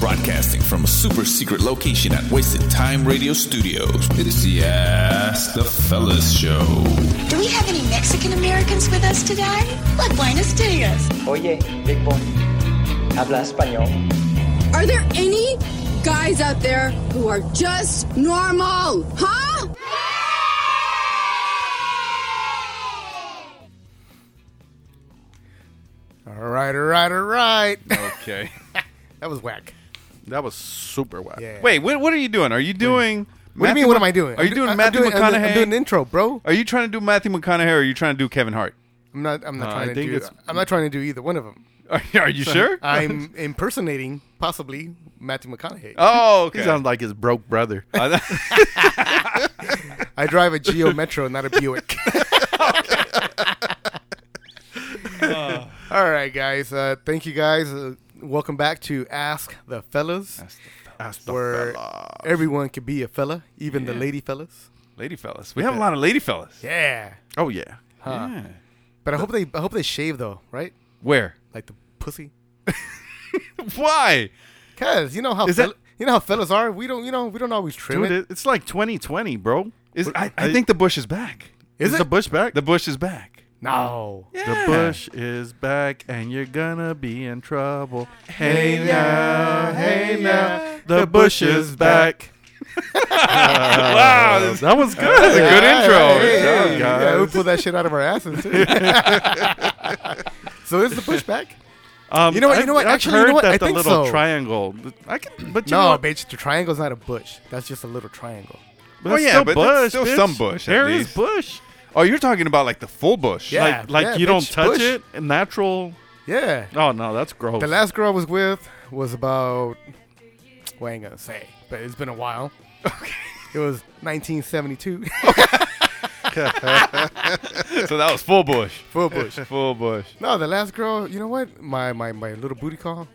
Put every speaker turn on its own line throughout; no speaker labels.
broadcasting from a super secret location at Wasted Time Radio Studios. It is the Ask the Fellas Show.
Do we have any Mexican Americans with us today? Like Buenos Dias.
Oye, Big Boy, habla español.
Are there any guys out there who are just normal? Huh?
All right, all right, all right.
Okay.
that was whack.
That was super whack.
Yeah.
Wait, what, what are you doing? Are you doing?
What do you mean? What am I doing?
Are you
I'm
doing
I'm
Matthew
doing- I'm doing-
McConaughey?
I'm doing an intro, bro.
Are you trying to do Matthew McConaughey or are you trying to do Kevin Hart?
I'm not. I'm not
No, I
trying to
think
do.
it's-
I'm not trying to do either one of them.
Are, are you sure?
I'm impersonating possibly Matthew McConaughey.
oh, okay.
He sounds like his broke brother.
I-
I drive a Geo Metro, not a Buick. All right, guys. Uh, thank you, guys. Uh, welcome back to Ask the Fellas,
Ask the
where
fella.
everyone can be a fella, even the lady fellas.
Lady fellas. We have a lot of lady fellas.
Yeah.
Oh yeah.
Yeah.
But I hope they. I hope they shave though, right?
Where?
Like the pussy.
Why?
Cause you know how
Is that-
fel- you know how fellas are. We don't. You know we don't always trim
Dude,
it.
it- it's like 2020, bro.
Is, I, I
I-
think the bush is back.
Is it?
the bush back?
The bush is back.
No.
Yeah.
The bush is back, and you're gonna be in trouble. Hey now, hey now, the bush is back. Oh,
Wow, this-
That was good.
that's a good intro.
Hey,
Good job,
hey,
guys.
yeah, we pull that shit out of our asses too. so is the pushback?
Um,
You know what, you
I've-
know what,
I've
actually, you
heard
know what,
That
I
the
think
little
so.
triangle. I can, but you know
No,
what?
bitch. The triangle's not a bush. That's just a little triangle.
But
Well,
it's
yeah,
still
but
bush,
that's still
bitch.
some bush, at
There is
least.
bush.
Oh, you're talking about like the full bush.
Yeah,
like like
yeah,
you don't
bitch,
touch
bush.
it. and Natural.
Yeah.
Oh no, that's gross.
The last girl I was with was about. Well, I ain't gonna say, but it's been a while. Okay. It was 1972.
So that was full bush.
Full bush.
Full bush.
No, the last girl, you know what? My my, my little booty call.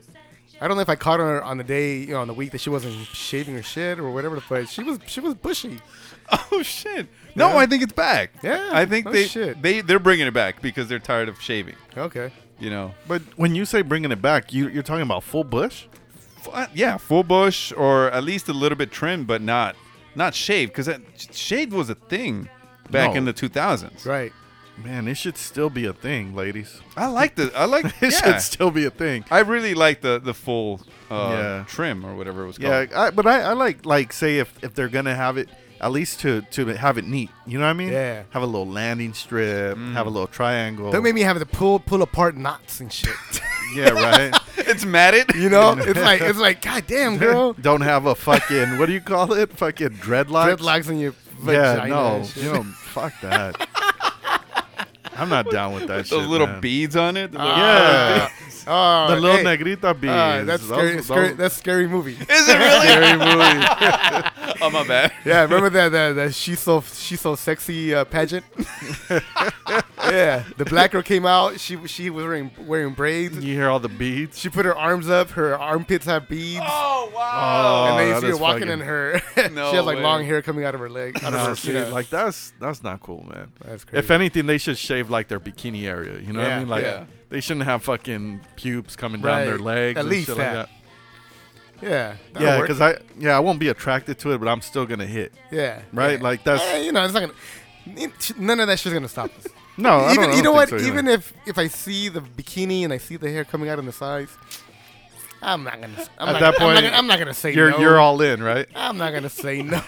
I don't know if I caught her on the day, you know, on the week that she wasn't shaving her shit or whatever, but she was she was bushy.
Oh shit. No,
Yeah.
I think it's back.
Yeah,
I think
no
they
shit.
they they're bringing it back because they're tired of shaving.
Okay.
You know,
but when you say bringing it back, you, you're talking about full bush.
F- uh, yeah, full bush or at least a little bit trimmed, but not not shaved because shaved was a thing back
No.
in the 2000s.
Right.
Man, it should still be a thing, ladies.
I like the I like
It
yeah.
should still be a thing.
I really like the the full uh,
Yeah.
trim or whatever it was
Yeah,
called.
I, but I, I like like say if if they're gonna have it, at least to to have it neat. You know what I mean?
Yeah.
Have a little landing strip. Have a little triangle.
Don't make me having to pull pull apart knots and shit.
yeah, right.
it's matted.
you know? It's like it's like, God damn girl.
Don't have a fucking what do you call it? Fucking dreadlocks.
Dreadlocks in your vagina.
Yeah, no,
and shit.
you know, fuck that. I'm not down with that shit.
Those little
man.
beads on it.
Ah. Yeah,
Oh,
the little
hey.
negrita beads.
Ah, that's scary,
Those-
scary
those-
that's scary movie.
Is it really?
scary movie.
oh my bad.
yeah, remember that that, that she's so she's so sexy uh, pageant? yeah. The black girl came out, she she was wearing wearing braids.
You hear all the beads.
She put her arms up. Her armpits have beads.
Oh wow.
Oh,
and then you
that
see her
is
walking
fucking-
in her.
No
she has like
way.
long hair coming out of her leg. Out of
Nah,
her,
see,
yeah.
like that's that's not cool, man.
That's crazy.
If anything, they should shave like their bikini area. You know what
Yeah,
I mean? Like
yeah.
they shouldn't have fucking pubes coming down their
Right.
legs.
At
and
least
shit
that.
like that.
yeah, that'll
Yeah,
work.
because I yeah I won't be attracted to it, but I'm still gonna hit.
yeah,
Right,
yeah.
like, that's-
Eh, you know it's not gonna. it- None of that shit's gonna stop us.
No, I
even
don't, I
you
don't
know what?
think so either.
even if if I see the bikini and I see the hair coming out on the sides, I'm not gonna. I'm not, I'm
At that
not
point,
gonna- I'm not gonna say
you're
no.
you're all in, right?
I'm not gonna say no.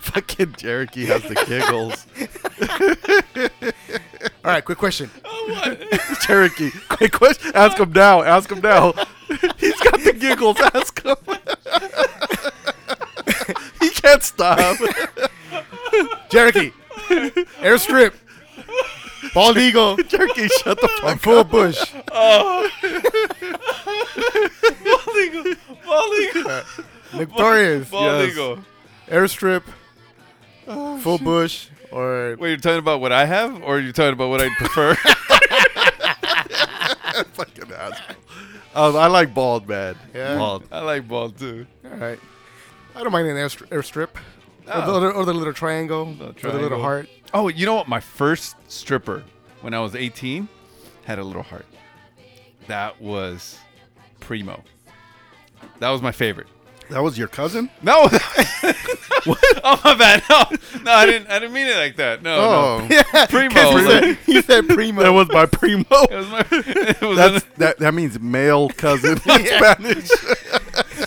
fucking Cherokee has the giggles.
all right, quick question.
Cherokee. Quick question. Ask him now. Ask him now. He's got the giggles. Ask him. he can't stop.
Cherokee, airstrip, bald eagle,
Cherokee, shut the fuck
full bush. Victorious.
Bald
Yes.
eagle.
airstrip,
Oh,
full bush, or
Wait, you're talking about what I have, or you're talking about what I prefer?
fucking asshole. Um, I like bald man.
Yeah.
Bald.
I like bald too.
all right. I don't mind an airstri- airstrip, or, the, or, the, or the little triangle, or the
triangle.
little heart.
Oh, you know what? My first stripper when I was 18 had a little heart. That was Primo. That was my favorite.
That was your cousin?
No. oh my bad. No, no, I didn't. I didn't mean it like that. No. no.
Oh,
Primo. It
he said primo.
that was my primo.
was my. It was
That's, that that means male cousin in Spanish.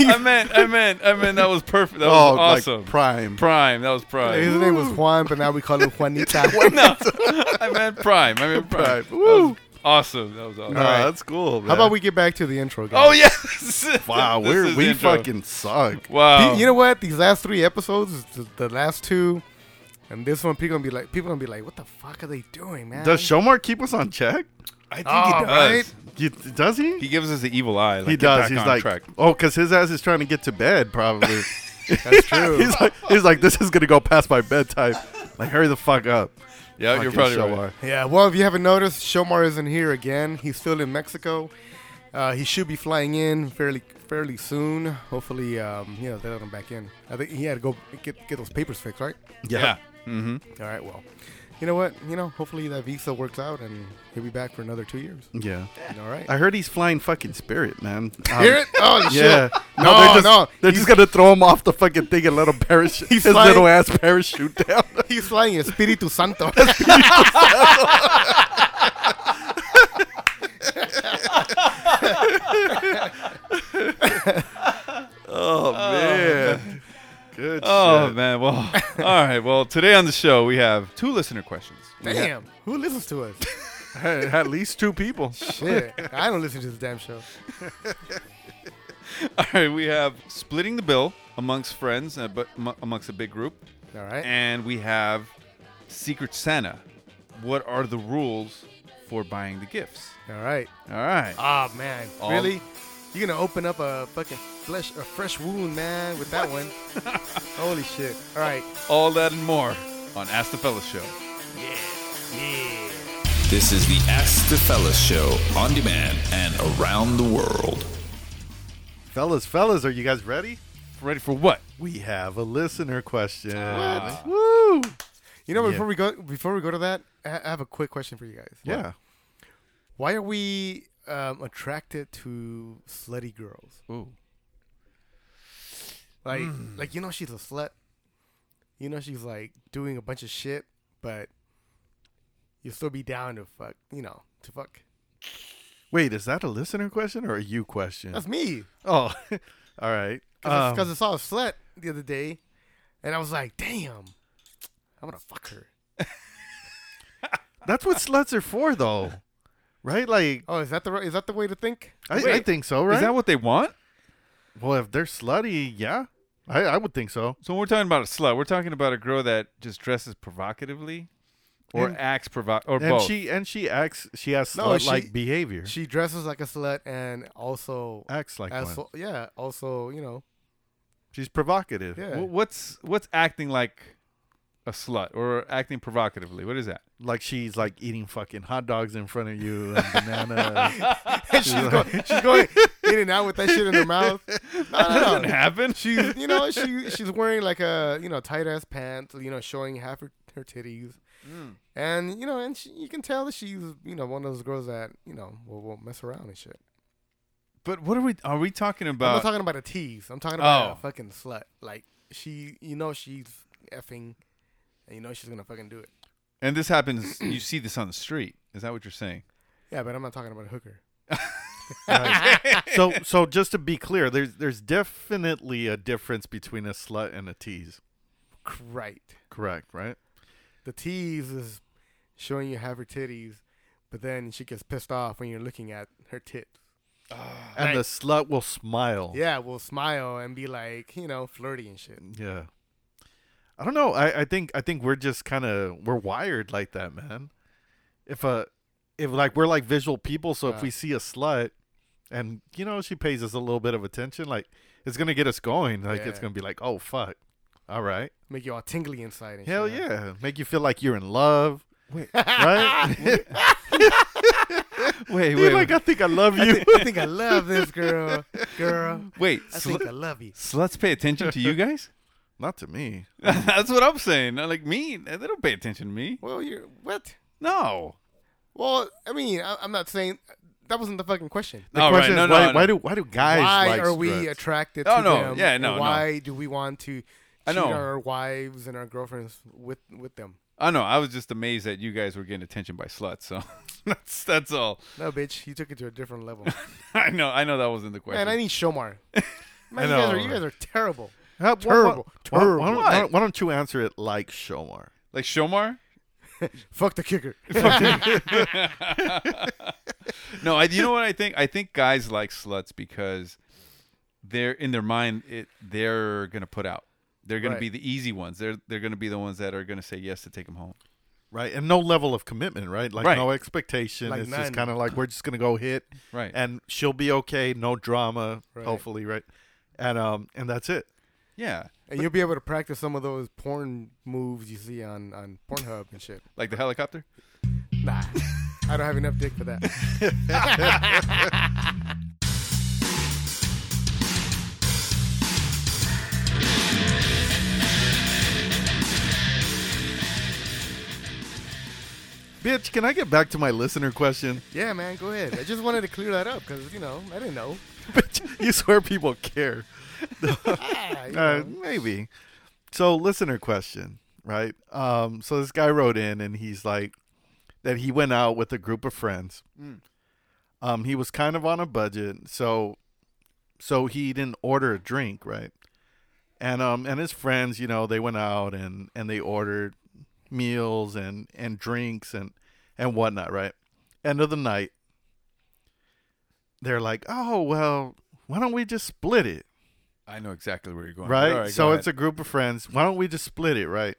an- I meant. I meant. I meant. That was perfect. That
Oh,
was awesome.
like prime.
prime. That was
His
prime.
name was Juan, but now we call him Juanita.
no. I meant prime. I meant prime.
Prime.
That
Woo.
was Awesome. That was awesome.
Nah,
right.
that's cool.
How about we get back to the intro? Guys?
Oh yes.
Wow,
This
we're,
is
we
the intro.
fucking suck.
Wow.
you know what? These last three episodes, the, the last two, and this one, people gonna be like, people gonna be like, what the fuck are they doing, man?
Does Shomar keep us on check?
I think
Oh,
he does.
right?
You- does he?
He gives us the evil eye. Like,
he
get
does.
back
He's
on
like,
track.
oh, because his ass is trying to get to bed, probably.
That's true.
he's like, he's like, this is gonna go past my bedtime. Like, hurry the fuck up.
yeah, you're
Fucking
probably
Shomar.
right.
Yeah, well, if you haven't noticed, Shomar isn't here again. He's still in Mexico. Uh, he should be flying in fairly fairly soon. Hopefully, um, you know, they let him back in. I think he had to go get, get those papers fixed, right?
Yeah.
All right, well, you know what? You know, hopefully that visa works out and he'll be back for another two years.
Yeah.
All right.
I heard he's flying fucking Spirit, man. Um,
Hear it? Oh, shit.
Yeah.
No,
they're just,
no.
They're just gonna throw him off the fucking thing and let him parachute. his
flying-
little ass parachute down.
He's flying Espiritu Santo.
oh man. Good
Oh
shit.
man. Well. all right. Well, today on the show we have two listener questions.
Damn. Who listens to us?
At least two people.
Shit. I don't listen to this damn show.
All right. We have splitting the bill amongst friends, uh, but am- amongst a big group,
All right.
and we have Secret Santa. What are the rules for buying the gifts?
All right.
All right.
Oh, man.
All-
really? You're going to open up a fucking flesh, a fresh wound, man, with that one. Holy shit. All right.
All that and more on Ask the Fellas Show.
This is the Ask the Fellas Show on demand and around the world.
Fellas, fellas, are you guys ready?
Ready for what?
We have a listener question.
Woo! You know,
Yeah.
before we go, before we go to that, I I have a quick question for you guys.
Yeah.
Why are we um, attracted to slutty girls?
Ooh.
Like,
Hmm.
like you know, she's a slut. You know, she's like doing a bunch of shit, but you'll still be down to fuck. You know, to fuck.
Wait, is that a listener question or a you question?
That's me.
oh, all right. Um,
Because I saw a slut the other day, and I was like, damn, I'm gonna fuck her.
that's what sluts are for, though, right? Like,
Oh, is that the right- is that the way to think?
I, I
Wait,
think so, right?
Is that what they want?
well, if they're slutty, yeah, I, I would think so.
So when we're talking about a slut. We're talking about a girl that just dresses provocatively, or
And-
acts provo, or
and
both.
she and she acts, she has
No,
slut like
she-
behavior.
She dresses like a slut and also
acts like
as
one.
so- yeah, also you know,
She's provocative.
yeah,
Wh- What's what's acting like a slut or acting provocatively? What is that?
Like she's like eating fucking hot dogs in front of you and banana.
she's, going, she's going in and out with that shit in her mouth. No,
That
no,
doesn't
no.
happen.
She's you know she she's wearing like a you know tight ass pants, you know showing half her, her titties,
Mm.
and you know and she, you can tell that she's you know one of those girls that you know will, will mess around and shit.
But what are we are we talking
I'm
about?
not talking about a tease. I'm talking about
Oh.
a fucking slut. Like she, you know, she's effing, and you know she's gonna fucking do it.
and this happens. You see this on the street. Is that what you're saying?
Yeah, but I'm not talking about a hooker.
so so just to be clear, there's there's definitely a difference between a slut and a tease.
Right.
Correct, right?
the tease is showing you have her titties, but then she gets pissed off when you're looking at her tits.
And the slut will smile.
Yeah, will smile and be like, you know, flirty and shit.
Yeah. I don't know. I, I think I think we're just kind of we're wired like that, man. If a if like we're like visual people, so if
Yeah.
we see a slut and you know she pays us a little bit of attention, like it's gonna get us going. Like it's
Yeah.
gonna be like, oh fuck, all right,
Make you all tingly inside. And
hell
shit.
yeah, make you feel like you're in love, right?
Wait,
Dude,
wait,
like I think I love you.
I think I love this girl, girl.
wait.
I
slu-
think I love you.
sluts pay attention to you guys.
Not to me.
That's what I'm saying. Not like me. They don't pay attention to me.
Well, you're what?
No.
Well, I mean, I, I'm not saying that wasn't the fucking question.
The
All right,
question
no,
is
no,
why,
no.
why do why do guys
why
like
are we
struts?
attracted
Oh,
to
no.
them?
Yeah,
and
no, no.
Why do we want to cheat
I know.
our wives and our girlfriends with with them?
I know. I was just amazed that you guys were getting attention by sluts. So that's that's all.
No, bitch, you took it to a different level.
I know. I know that wasn't the question.
Man, I need Shomar. Man, you
know,
guys are you
right?
guys are terrible.
Huh, why-
Terrible,
Why, why,
terrible.
don't, why don't- why don't you answer it like Shomar?
like Shomar.
Fuck the kicker.
No, I, you know what I think? I think guys like sluts because they're in their mind it they're gonna put out. They're gonna
Right.
be the easy ones. They're they're gonna be the ones that are gonna say yes to take them home.
Right, and no level of commitment, right? Like
Right.
no expectation.
Like
it's
none.
just kind of like we're just gonna go hit,
Right.
And she'll be okay, no drama,
Right.
hopefully, right? And um, and that's it.
Yeah,
And you'll be able to practice some of those porn moves you see on, on Pornhub and shit.
like the helicopter.
Nah. I don't have enough dick for that.
Bitch, can I get back to my listener question?
Yeah, man, go ahead. I just wanted to clear that up because, you know, I didn't know.
Bitch, you swear people care?
Ah, you
Uh,
know.
maybe. So, listener question, right? Um, so this guy wrote in, and he's like that he went out with a group of friends.
Mm.
Um, he was kind of on a budget, so so he didn't order a drink, right? And um, and his friends, you know, they went out and and they ordered meals and and drinks and and whatnot, right? End of the night, they're like, oh well, why don't we just split it?
I know exactly where you're going.
right? so it's a group of friends. Why don't we just split it, right?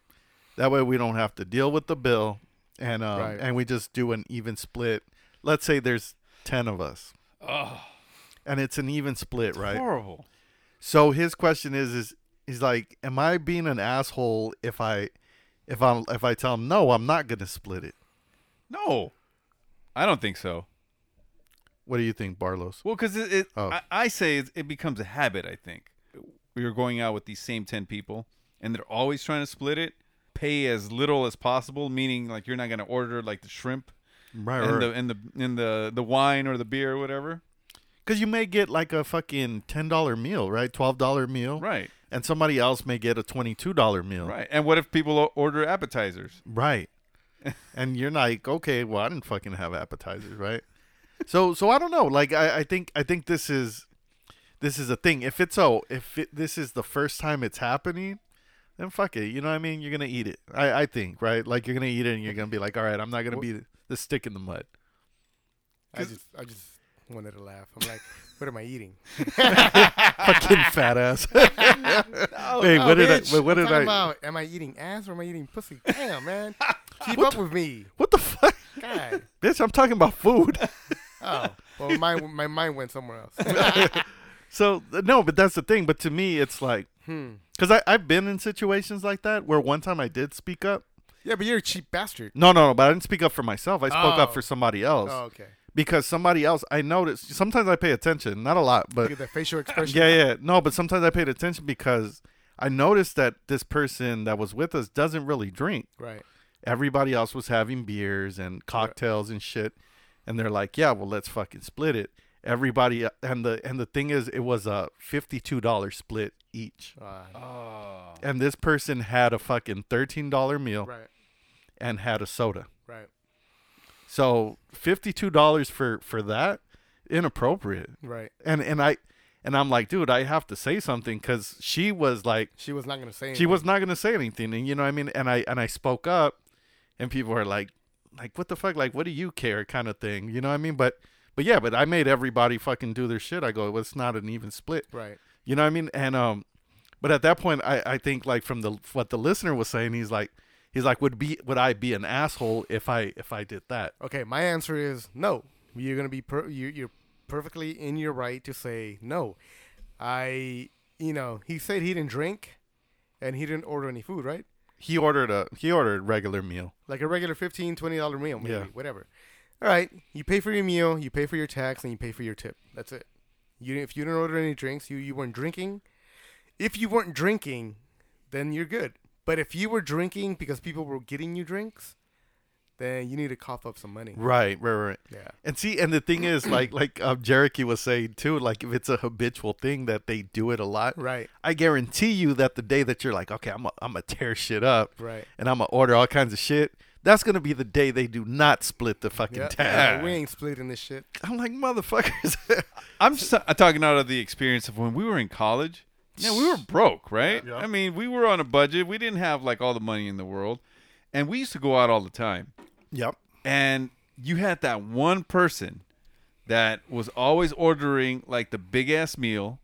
That way we don't have to deal with the bill, and um,
Right.
and we just do an even split. Let's say there's ten of us, and it's an even split, right?
horrible.
So his question is is he's like, am I being an asshole if I if I if I tell him no, I'm not gonna split it?
No, I don't think so.
What do you think, Barlos?
Well, because it, it
Oh.
I, I say it, it becomes a habit. I think we were going out with these same ten people, and they're always trying to split it, pay as little as possible, meaning like you're not going to order like the shrimp
Right,
and the and the and the the wine or the beer or whatever.
because you may get like a fucking ten dollar meal, right? Twelve dollar meal,
Right,
And somebody else may get a twenty two dollar meal,
right. And what if people o- order appetizers?
Right. and you're like, okay, well, I didn't fucking have appetizers, right? So, so I don't know. Like, I, I think, I think this is, this is a thing. If it's oh, if it, this is the first time it's happening, then fuck it. You know what I mean? You're gonna eat it. I, I think, right? Like, you're gonna eat it, and you're gonna be like, all right, I'm not gonna be the stick in the mud.
I just, I just wanted to laugh. I'm like, what am I eating?
fucking fat ass.
Oh,
Wait, what did I? Wait, what did
Talking
I?
about, am I eating ass or am I eating pussy? Damn, man. Keep up with me.
What the fuck,
God.
bitch? I'm talking about food.
Oh, well, my, my mind went somewhere else.
So th- no, but that's the thing. But to me, it's like
Hmm.
because I I've been in situations like that where one time I did speak up.
yeah, but you're a cheap bastard.
No, no, no. But I didn't speak up for myself. I spoke
Oh.
up for somebody else
Oh, okay.
because somebody else. I noticed sometimes I pay attention, not a lot,
Look
but
at that facial expression.
yeah, yeah. No, but sometimes I paid attention because I noticed that this person that was with us doesn't really drink.
Right.
Everybody else was having beers and cocktails and shit, and they're like, "Yeah, well, let's fucking split it." Everybody uh, and the and the thing is, it was a fifty-two dollar split each. and this person had a fucking thirteen dollar meal
Right.
and had a soda.
Right.
So fifty two dollars for for that inappropriate.
Right.
And and I and I'm like, dude, I have to say something because she was like,
She was not gonna say.
she
Anything.
was not gonna say anything, and you know what I mean. And I and I spoke up, and people are like, like what the fuck, like what do you care, kind of thing. You know what I mean? But but yeah, but I made everybody fucking do their shit. I go, well, it's not an even split.
Right.
You know what I mean? And um, but at that point, I I think like from the what the listener was saying, he's like, he's like, would be would I be an asshole if I if I did that?
Okay. My answer is no. You're gonna be per- you, you're perfectly in your right to say no. I you know he said he didn't drink, and he didn't order any food. Right.
He ordered a he ordered regular meal.
Like a regular 15 20 dollar meal. Maybe,
Yeah.
Whatever. All right. You pay for your meal. You pay for your tax, and you pay for your tip. That's it. You didn't- if you didn't order any drinks, you you weren't drinking. If you weren't drinking, then you're good. But if you were drinking because people were getting you drinks, then you need to cough up some money.
Right, right, right.
Yeah.
And see, and the thing is, like, like um, Jericho was saying too, like if it's a habitual thing that they do it a lot,
Right.
I guarantee you that the day that you're like, okay, I'm i I'm gonna tear shit up,
Right.
and I'm gonna order all kinds of shit. That's gonna be the day they do not split the fucking
Yeah.
tab.
Yeah, we ain't splitting this shit.
I'm like motherfuckers.
I'm just I'm talking out of the experience of when we were in college. Yeah, we were broke, right? I mean, we were on a budget. We didn't have like all the money in the world, and we used to go out all the time.
yep.
And you had that one person that was always ordering like the big ass meal,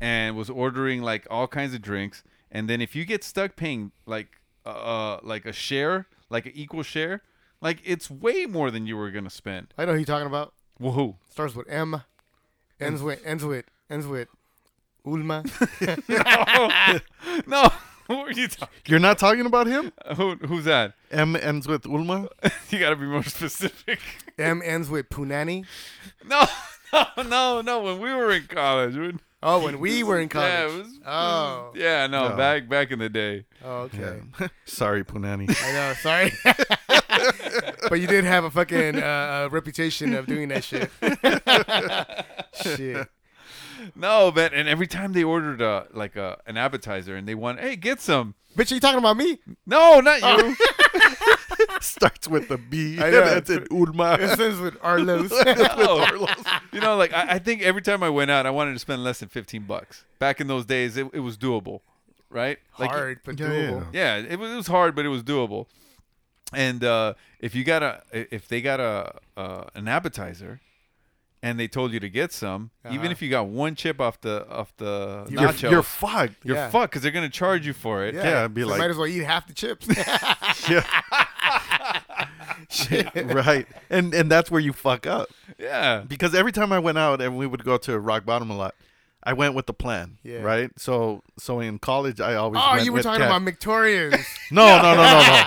and was ordering like all kinds of drinks. And then if you get stuck paying like uh like a share, like an equal share, like it's way more than you were gonna spend.
I know who you're talking about.
Woohoo!
Starts with M, ends with ends with ends with Ulma.
No, who are you talking?
You're not talking about him.
Who, who's that?
M ends with Ulma.
you gotta be more specific.
M ends with Punani.
no, no, no, no. When we were in college, when,
Oh, when we were in college.
Yeah, it was-
oh.
yeah, no,
No.
back back in the day.
Oh, okay.
Sorry, Punani.
I know. Sorry. but you did have a fucking uh, uh, reputation of doing that shit. shit.
No, but and every time they ordered a like a an appetizer and they want, hey, get some.
Bitch, are you talking about me?
No, not you.
Starts with a B.
I know.
That's an Ulma.
This is with Arlos.
No. you know, like I, I think every time I went out, I wanted to spend less than fifteen bucks. Back in those days, it, it was doable, right? Like,
Hard, but
Yeah, yeah.
doable.
Yeah, it was, it was hard, but it was doable. And uh, if you got a, if they got a uh, an appetizer, and they told you to get some, even if you got one chip off the off the
You're,
nacho,
you're fucked.
you're
Yeah.
fucked because they're gonna charge you for it.
Yeah, I'd be
so
like-
might as well eat half the chips.
right. And and that's where you fuck up.
yeah.
because every time I went out and we would go to rock bottom a lot, I went with the plan,
Yeah.
right? So so in college I always
oh,
went
you were
with
talking
cash.
about Victorians.
no no no no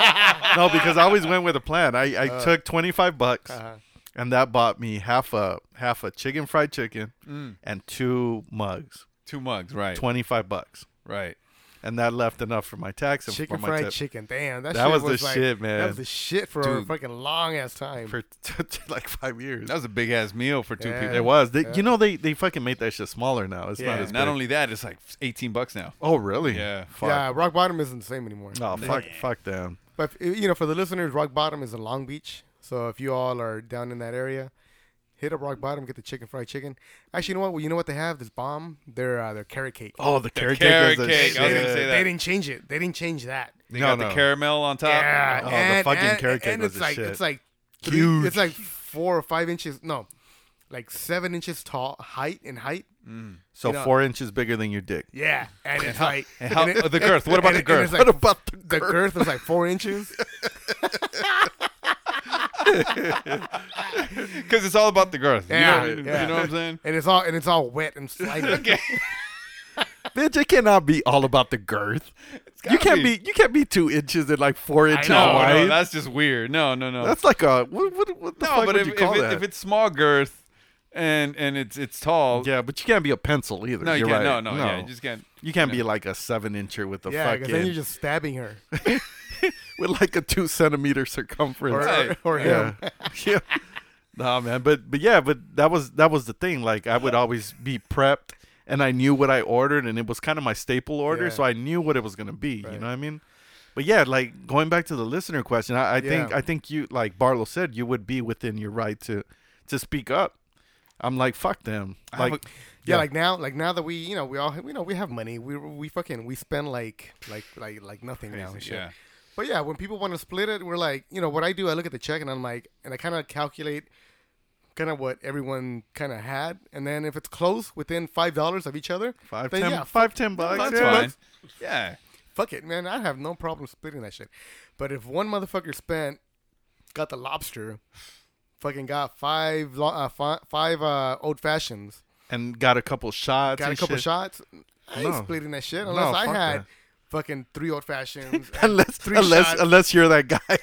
no no because I always went with a plan. I, I
Uh.
took twenty five bucks
Uh-huh.
and that bought me half a half a chicken fried chicken
Mm.
and two mugs,
two mugs, right?
twenty five bucks,
Right.
and that left enough for my tax and
chicken
for my
fried
tip.
chicken. Damn, that,
That
shit
was the
like,
shit, man.
That was the shit for a
Dude.
fucking long ass time.
for like five years.
That was a big ass meal for two
Yeah.
people.
it was. They, You know they, they fucking made that shit smaller now. It's not
Yeah.
as
Not
big.
only that, it's like eighteen bucks now.
Oh really?
Yeah.
Fuck.
yeah, Rock Bottom isn't the same anymore.
Oh fuck! Fuck them.
But if- you know, for the listeners, Rock Bottom is in Long Beach. So if you all are down in that area, hit up Rock Bottom, get the chicken fried chicken. Actually, you know what? Well, you know what they have? This bomb. Their uh, their carrot cake.
Oh, the carrot
cake
is
carrot
a
cake, I was gonna
shit.
say that.
They didn't change it. They didn't change that.
They
No,
got
no.
the caramel on top.
Yeah,
Oh, the
and,
fucking
and-
carrot cake
and
was
it's
the
like
shit.
it's like three,
Huge.
It's like four or five inches. No, like seven inches tall height in height.
So
You know-
four inches bigger than your dick.
Yeah, and it's like
And how, oh,
and it-
the girth. What about
and
the
it- and
girth?
it's like-
What about the
the girth was like four inches.
Because it's all about the girth.
Yeah,
You know,
yeah.
you know what I'm saying?
and it's all and it's all wet and slimy.
Bitch, it cannot be all about the girth. You can't
be.
be. You can't be two inches and like four inches
No,
wide.
no,
that's,
that's just weird. No, no, no.
like a what? What, what the
no,
fuck
Oh, but
would
if,
you call
if, it-
that?
if it's small girth and and it's it's tall,
yeah, but you can't be a pencil either.
no, you
You're
can't.
right.
No, no, yeah, you just can't.
you can't be like a seven incher with a
yeah, because then
fucking
you're just stabbing her.
with like a two centimeter
or,
circumference.
Right.
or, or
yeah.
him.
yeah. Nah, man, but but yeah, but that was that was the thing. Like I would always be prepped, and I knew what I ordered, and it was kind of my staple order,
Yeah.
so I knew what it was gonna be. You know what I mean? But yeah, like going back to the listener question, I, I think
Yeah.
I think you like Barlow said you would be within your right to to speak up. I'm like fuck them.
have
Like
a-
Yeah, like now, like now that we, you know, we all, you know, we have money. We we fucking we spend like like like like nothing now. and shit.
Yeah.
But yeah, when people want to split it, we're like, you know, what I do, I look at the check and I'm like, and I kind of calculate kind of what everyone kind of had, and then if it's close within five dollars of each other,
five
then
ten
yeah,
five ten bucks.
That's
yeah,
fine. Yeah.
fuck it, man. I have no problem splitting that shit. But if one motherfucker spent, got the lobster, fucking got five lo- uh, fi- five uh, old fashions,
And got a couple shots.
got a
and
couple
shit.
shots, I ain't
No.
splitting that shit unless I
fuck
had
that.
fucking three old fashions.
Unless
three
unless
shots.
unless you're that guy.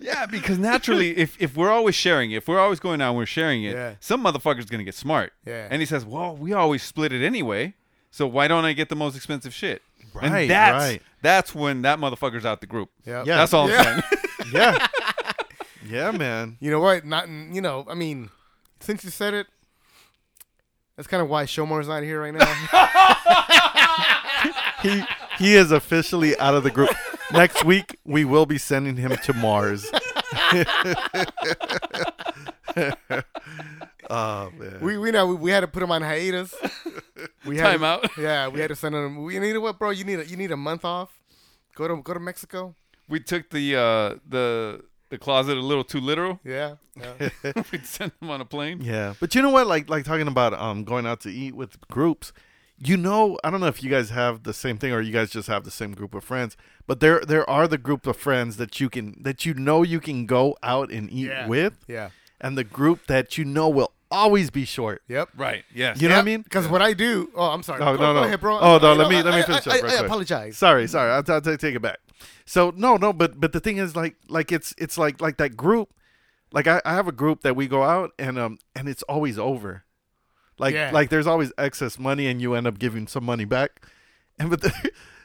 Yeah, because naturally, if, if we're always sharing it, if we're always going out and we're sharing it,
Yeah.
some motherfucker's going to get smart.
Yeah.
And he says, well, we always split it anyway, so why don't I get the most expensive shit?
Right,
and that's,
right.
that's when that motherfucker's out the group.
Yep.
Yeah.
That's all I'm
Yeah.
saying.
Yeah. yeah, man.
You know what? Not in- you know. I mean, since you said it, that's kind of why Shomar's not here right now.
He he is officially out of the group. Next week we will be sending him to Mars. oh man.
we we know we had to put him on hiatus. We had
Time
to-
out.
Yeah, we had to send him. We, you know what, bro? You need a, you need a month off. Go to go to Mexico.
We took the uh, the the closet a little too literal.
Yeah. yeah.
we sent them on a plane.
Yeah, but you know what? Like like talking about um going out to eat with groups. You know, I don't know if you guys have the same thing or you guys just have the same group of friends, but there there are the group of friends that you can that you know you can go out and eat
Yeah.
with,
Yeah.
and the group that you know will always be short.
Yep.
Right. Yes.
You know what I mean?
Because what I do. Oh, I'm sorry.
No,
Go-
no,
go
no.
ahead, bro.
Oh no,
I-
let me
I-
let me
I-
finish
I,
up. real
I
quick.
apologize.
Sorry, sorry. I'll, I'll take take it back. So no, no, but but the thing is, like like it's it's like like that group. Like I, I have a group that we go out and um and it's always over. Like
Yeah.
like there's always excess money and you end up giving some money back. And but there,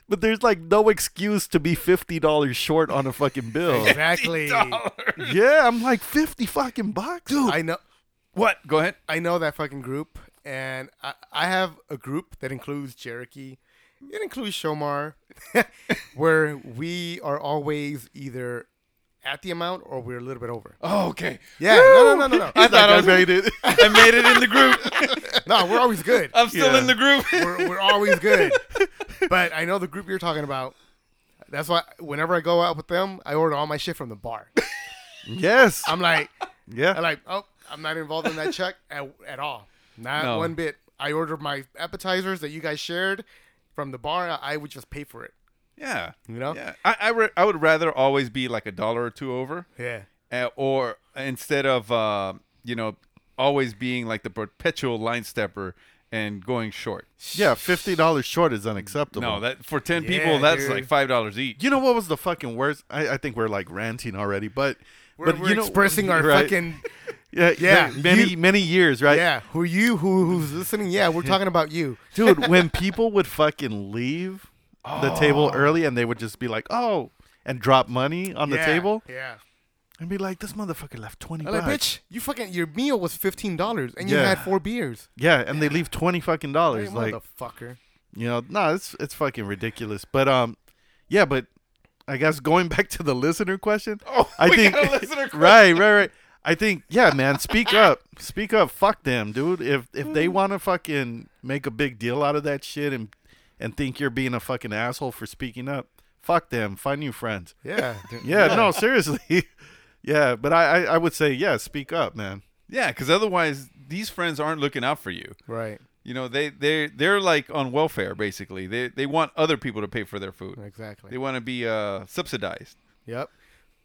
but there's like no excuse to be fifty dollars short on a fucking bill.
Exactly.
yeah, I'm like fifty fucking bucks, dude.
I know.
What? Go ahead.
I know that fucking group, and I, I have a group that includes Cherokee, it includes Shomar, where we are always either at the amount or we're a little bit over.
Oh, okay.
Yeah, no, no, no, no, no.
I thought I made it.
I made it in the group.
no, we're always good.
I'm still in the group.
We're, we're always good. But I know the group you're talking about. That's why whenever I go out with them, I order all my shit from the bar.
yes.
I'm like,
yeah.
I'm like, oh, I'm not involved in that check at, at all. Not
No.
one bit. I ordered my appetizers that you guys shared from the bar. I, I would just pay for it.
Yeah.
You know?
Yeah. I I, re- I would rather always be like a dollar or two over,
Yeah.
uh, or instead of uh, you know always being like the perpetual line stepper and going short.
Yeah, fifty dollars short is unacceptable.
No, that for ten
Yeah,
people, that's
dude.
like five dollars each.
You know what was the fucking worst? I, I think we're like ranting already, but
We're,
but
we're
you know,
expressing our
right.
fucking
yeah,
yeah,
yeah many
you-
many years right
yeah. Who you? Who who's listening? Yeah, we're talking about you.
dude when people would fucking leave the
Oh.
table early and they would just be like oh and drop money on the
Yeah,
table
Yeah.
and be like this motherfucker left twenty
I'm like,
bucks
bitch, you fucking your meal was fifteen dollars and you
Yeah.
had four beers.
yeah and they leave twenty fucking dollars
Like,
like
motherfucker.
you know no it's it's fucking ridiculous but um yeah but I guess going back to the listener question
Oh,
I
we
think
got a listener question.
right, right, right. I think yeah, man. Speak up, speak up. Fuck them, dude. If if
Mm.
they want to fucking make a big deal out of that shit and and think you're being a fucking asshole for speaking up, fuck them. Find new friends.
Yeah.
Yeah, no, seriously. yeah, but I, I I would say yeah, speak up, man.
Yeah, because otherwise these friends aren't looking out for you.
right.
You know, they they they're like on welfare basically. They they want other people to pay for their food.
Exactly.
They want to be uh, subsidized.
Yep.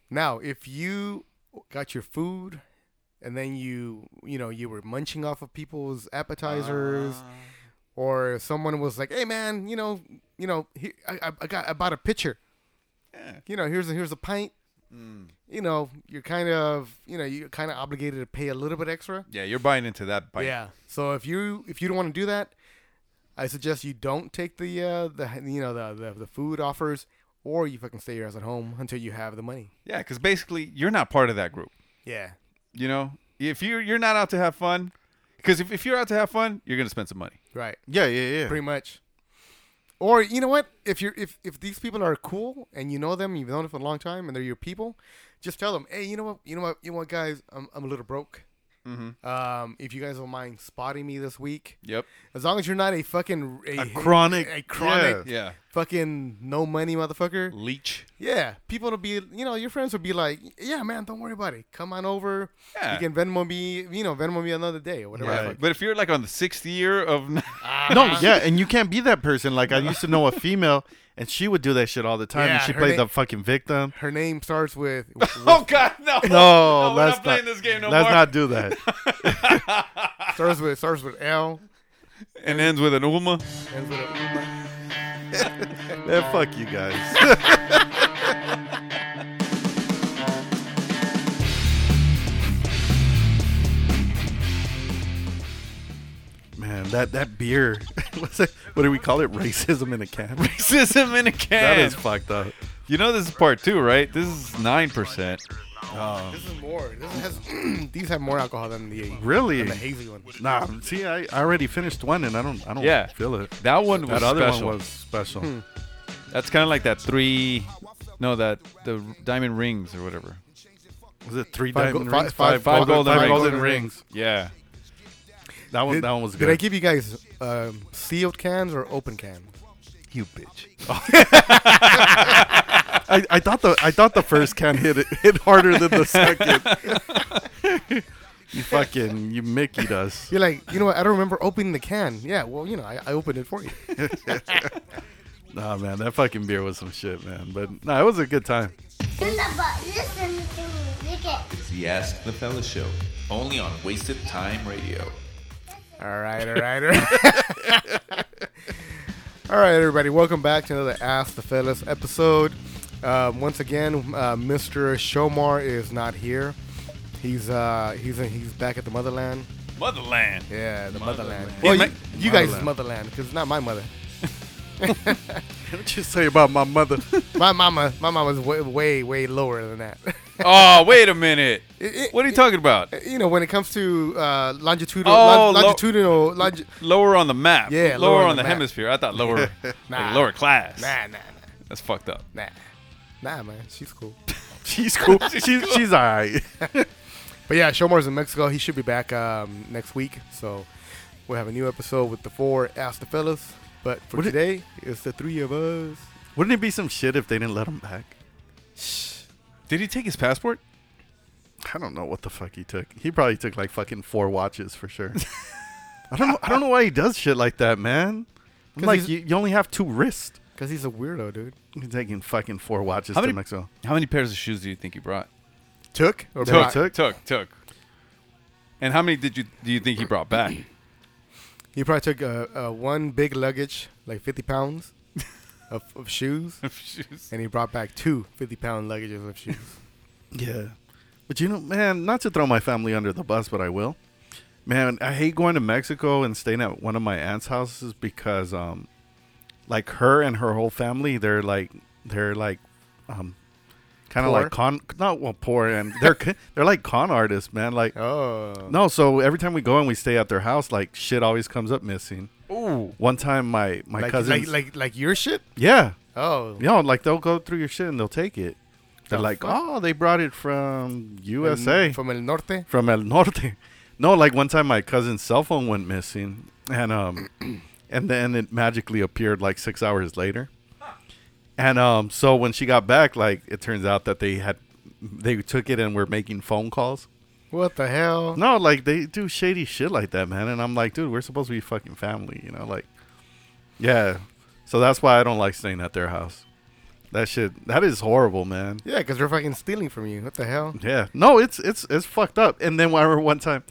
Now, if you got your food and then you, you know, you were munching off of people's appetizers
Ah.
or someone was like, "Hey man, you know, you know, he, I, I- I got I bought a pitcher.
Yeah. Mm.
You know, here's a here's a pint." You know, you're kind of, you know, you're kind of obligated to pay a little bit extra.
Yeah, you're buying into that bite.
Yeah. So if you if you don't want to do that, I suggest you don't take the uh the you know the the, the food offers or you fucking stay your ass at home until you have the money.
Yeah, because basically you're not part of that group.
Yeah.
You know, if you're you're not out to have fun, because if, if you're out to have fun, you're gonna spend some money.
Right.
Yeah, yeah, yeah.
Pretty much. Or you know what? If you're if if these people are cool and you know them, you've known them for a long time, and they're your people, just tell them, hey, you know what? You know what? You know what, guys? I'm I'm a little broke. Um, if you guys don't mind spotting me this week,
Yep.
as long as you're not a fucking a,
A chronic-
a chronic
Yeah.
fucking no money motherfucker,
Leech.
yeah, people will be, you know, your friends will be like, yeah, man, don't worry about it. Come on over.
Yeah.
You can Venmo me, you know, Venmo me another day or whatever. the
Right.
fuck.
But if you're like on the sixth year of, Uh-huh.
No, yeah, and you can't be that person. Like I used to know a female, and she would do that shit all the time, and
Yeah,
she
her
played
name-
the fucking victim.
Her name starts with. with-
oh god, no,
No,
we're
let's
not playing this game no
let's
more.
not do that.
starts with starts with L.
and ends with an Uma.
Ends with a-
Man, fuck you guys. Man, that that beer. What's that? What do we call it? Racism in a can.
Racism in a can.
That is fucked up.
You know this is part two, right? This is nine percent.
This is more. This has these have more alcohol than the
Really?
than the hazy one.
Nah, see, I, I already finished one, and I don't I don't
Yeah.
feel it.
That one was
That other
special.
one was special.
That's kind of like that three, no, that the diamond rings or whatever.
Was it three
Five
diamond
go-
rings?
five- five
golden
five
rings.
golden rings.
Yeah,
That one
Did-
that one was
Did I
good.
give you guys um, sealed cans or open cans?
you bitch. I, I thought the I thought the first can hit it, hit harder than the second. you fucking you Mickey does.
You're like, you know what? I don't remember opening the can. Yeah, well, you know, I, I opened it for you.
Nah, man, that fucking beer was some shit, man. But nah, it was a good time.
listen to music.
The Ask the Fella Show, only on Wasted Time Radio.
All right, all right, all right. all right, everybody. Welcome back to another Ask the Fellas episode. Um, once again, uh, Mr. Shomar is not here. He's uh, he's he's back at the motherland.
motherland.
Yeah, the motherland.
Hey,
Well,
ma-
you, you guys' motherland, because it's not my mother.
What you say about my mother?
My mama, my mama's way, way, way lower than that.
Oh, wait a minute.
it-
What are you talking about?
you know, when it comes to uh, longitudinal,
Oh,
lon-
lo-
longitudinal, longi-
Lower on the map.
Yeah,
lower, on, the,
map.
hemisphere. I thought lower, like
Nah.
lower class.
nah, nah,
That's fucked up.
nah, nah, nah, man. She's cool.
She's cool. She's she's all right.
But yeah, Shomar's in Mexico. He should be back um, next week. So we'll have a new episode with the four Ask the Fellas. But for
What did-
today, it's the three of us.
Wouldn't it be some shit if they didn't let him back?
Did he take his passport?
I don't know what the fuck he took. He probably took like fucking four watches for sure. I don't know. I don't know why he does shit like that, man. I'm
'Cause
like
he's-
you, you only have two wrists.
Because he's a weirdo, dude.
You're taking fucking four watches
How
to
many-
Mexico.
How many pairs of shoes do you think he brought?
Took or
Took.
brought?
Took.
took, took. And how many did you do you think he brought back?
He probably took uh, uh, one big luggage, like 50 pounds of, of shoes.
shoes.
And he brought back two 50 pound luggages of shoes.
Yeah, but you know, man, not to throw my family under the bus, but I will. Man, I hate going to Mexico and staying at one of my aunt's houses because, um, like her and her whole family, they're like they're like, um, kind of
Poor?
like con not well poor and they're they're like con artists, man. Like
Oh.
No, so every time we go and we stay at their house, like shit always comes up missing.
Ooh.
One time, my my
like,
cousin,
like, like, like your shit?
yeah,
Oh.
you know, like they'll go through your shit and they'll take it. They're
The
like,
fuck?
oh, they brought it from USA, from,
From El Norte?
El Norte. No, like one time my cousin's cell phone went missing, and um, and then it magically appeared like six hours later. And um, so when she got back, like it turns out that they had they took it and were making phone calls.
What the hell?
No, like they do shady shit like that, man. And I'm like, dude, we're supposed to be fucking family, you know? Like, yeah. So that's why I don't like staying at their house. That shit, that is horrible, man.
Yeah, because they're fucking stealing from you. What the hell?
Yeah. No, it's it's it's fucked up. And then I remember one time,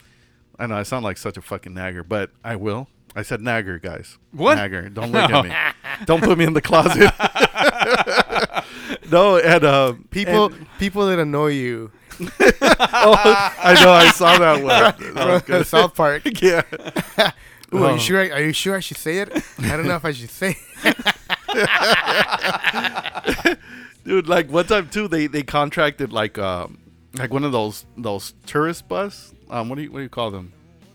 I know I sound like such a fucking nagger, but I will. I said nagger, guys.
What?
Nagger. Don't look at me. Don't put me in the closet. no, and uh,
People,
and-
people that annoy you
I know. I saw that one. That was
from
good.
South Park.
yeah.
Ooh, are
Oh.
you sure? I, are you sure I should say it? I don't know if I should say. It.
dude like one time too they they contracted like um like one of those those tourist bus um what do you what do you call them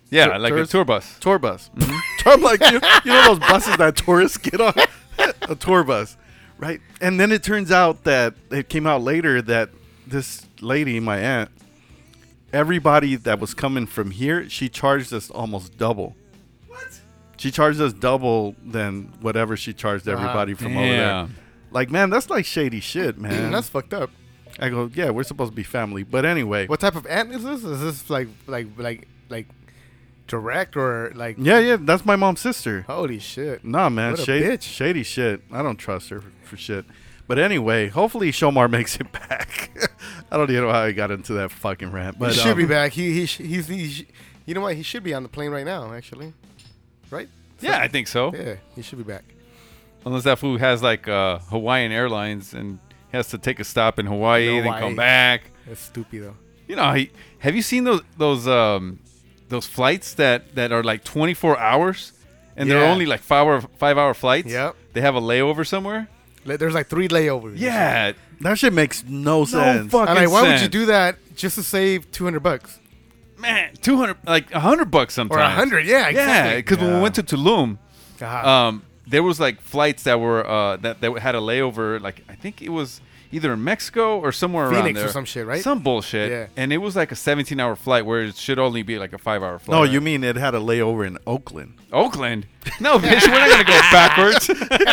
Yeah,
Tour-
like a
tourist-
tour bus.
tour bus i'm like you, you know those buses that tourists get on a tour bus right and then it turns out that it came out later that this lady my aunt everybody that was coming from here she charged us almost double she charged us double than whatever she charged everybody from over there.
Damn.
Like, man, that's like shady shit, man.
That's fucked up.
I go, yeah, we're supposed to be family, but anyway,
What type of ant is this? Is this like like like like direct or like?
yeah, yeah, that's my mom's sister.
Holy shit!
Nah, man,
What a
shady,
bitch.
shady shit. I don't trust her for, for shit. But anyway, hopefully Shomar makes it back. I don't even know how I got into that fucking rant, but
he should be
um,
back. He he sh- he's, he's you know what? He should be on the plane right now, actually. Right?
Yeah, I think so.
Yeah, he should be back.
Unless that fool has like uh, Hawaiian Airlines and has to take a stop in Hawaii, then
Hawaii.
come back.
That's stupid though.
You know, he, have you seen those those um those flights that that are like 24 hours and they're
Yeah.
only like five hour five hour flights?
Yep.
They have a layover somewhere.
Like, There's like three layovers.
Yeah.
That shit makes no
No
sense.
fucking
And like, why would you
sense.
do that just to save 200 bucks
man, two hundred, like a hundred bucks sometimes,
or 100? Yeah, Uh.
Yeah,
exactly.
because when we went to Tulum,
God.
um, there was like flights that were uh, that that had a layover. Like I think it was either in Mexico or somewhere around
Phoenix or
there,
some shit, right?
Some bullshit.
Yeah.
And it was like a seventeen-hour flight where it should only be like a five-hour flight.
no, you mean it had a layover in Oakland?
Oakland? No, bitch, we're not gonna go backwards.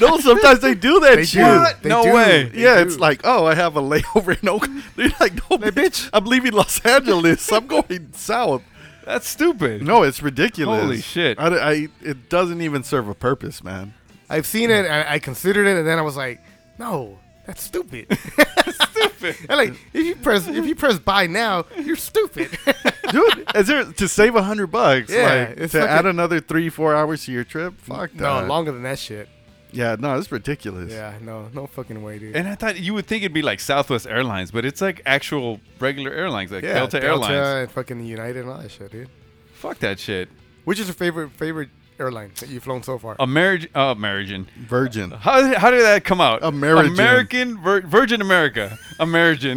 no, sometimes they do that
They
shit.
do. They
No
do.
way.
They
yeah,
do.
it's like, oh, I have a layover in Oakland. They're like, no, bitch, I'm leaving Los Angeles. I'm going south.
That's stupid.
No, it's ridiculous.
Holy shit.
I, I- it doesn't even serve a purpose, man.
I've seen it. And I considered it, and then I was like, no, that's stupid. stupid. And like, if you press if you press buy now, you're stupid.
Dude, is there to save a hundred bucks?
Yeah,
like,
it's
to
like
add
a-
another three, four hours to your trip? Fuck
no,
that.
longer than that shit.
yeah, no, it's ridiculous.
Yeah, no, no fucking way, dude.
And I thought you would think it'd be like Southwest Airlines, but it's like actual regular airlines, like
yeah,
Delta, Airlines.
and fucking United and all that shit, dude.
Fuck that shit.
Which is your favorite favorite airline that you've flown so far?
A marriage, uh, marriage.
Virgin.
How, how did that come out?
American.
American Vir- Virgin America. American.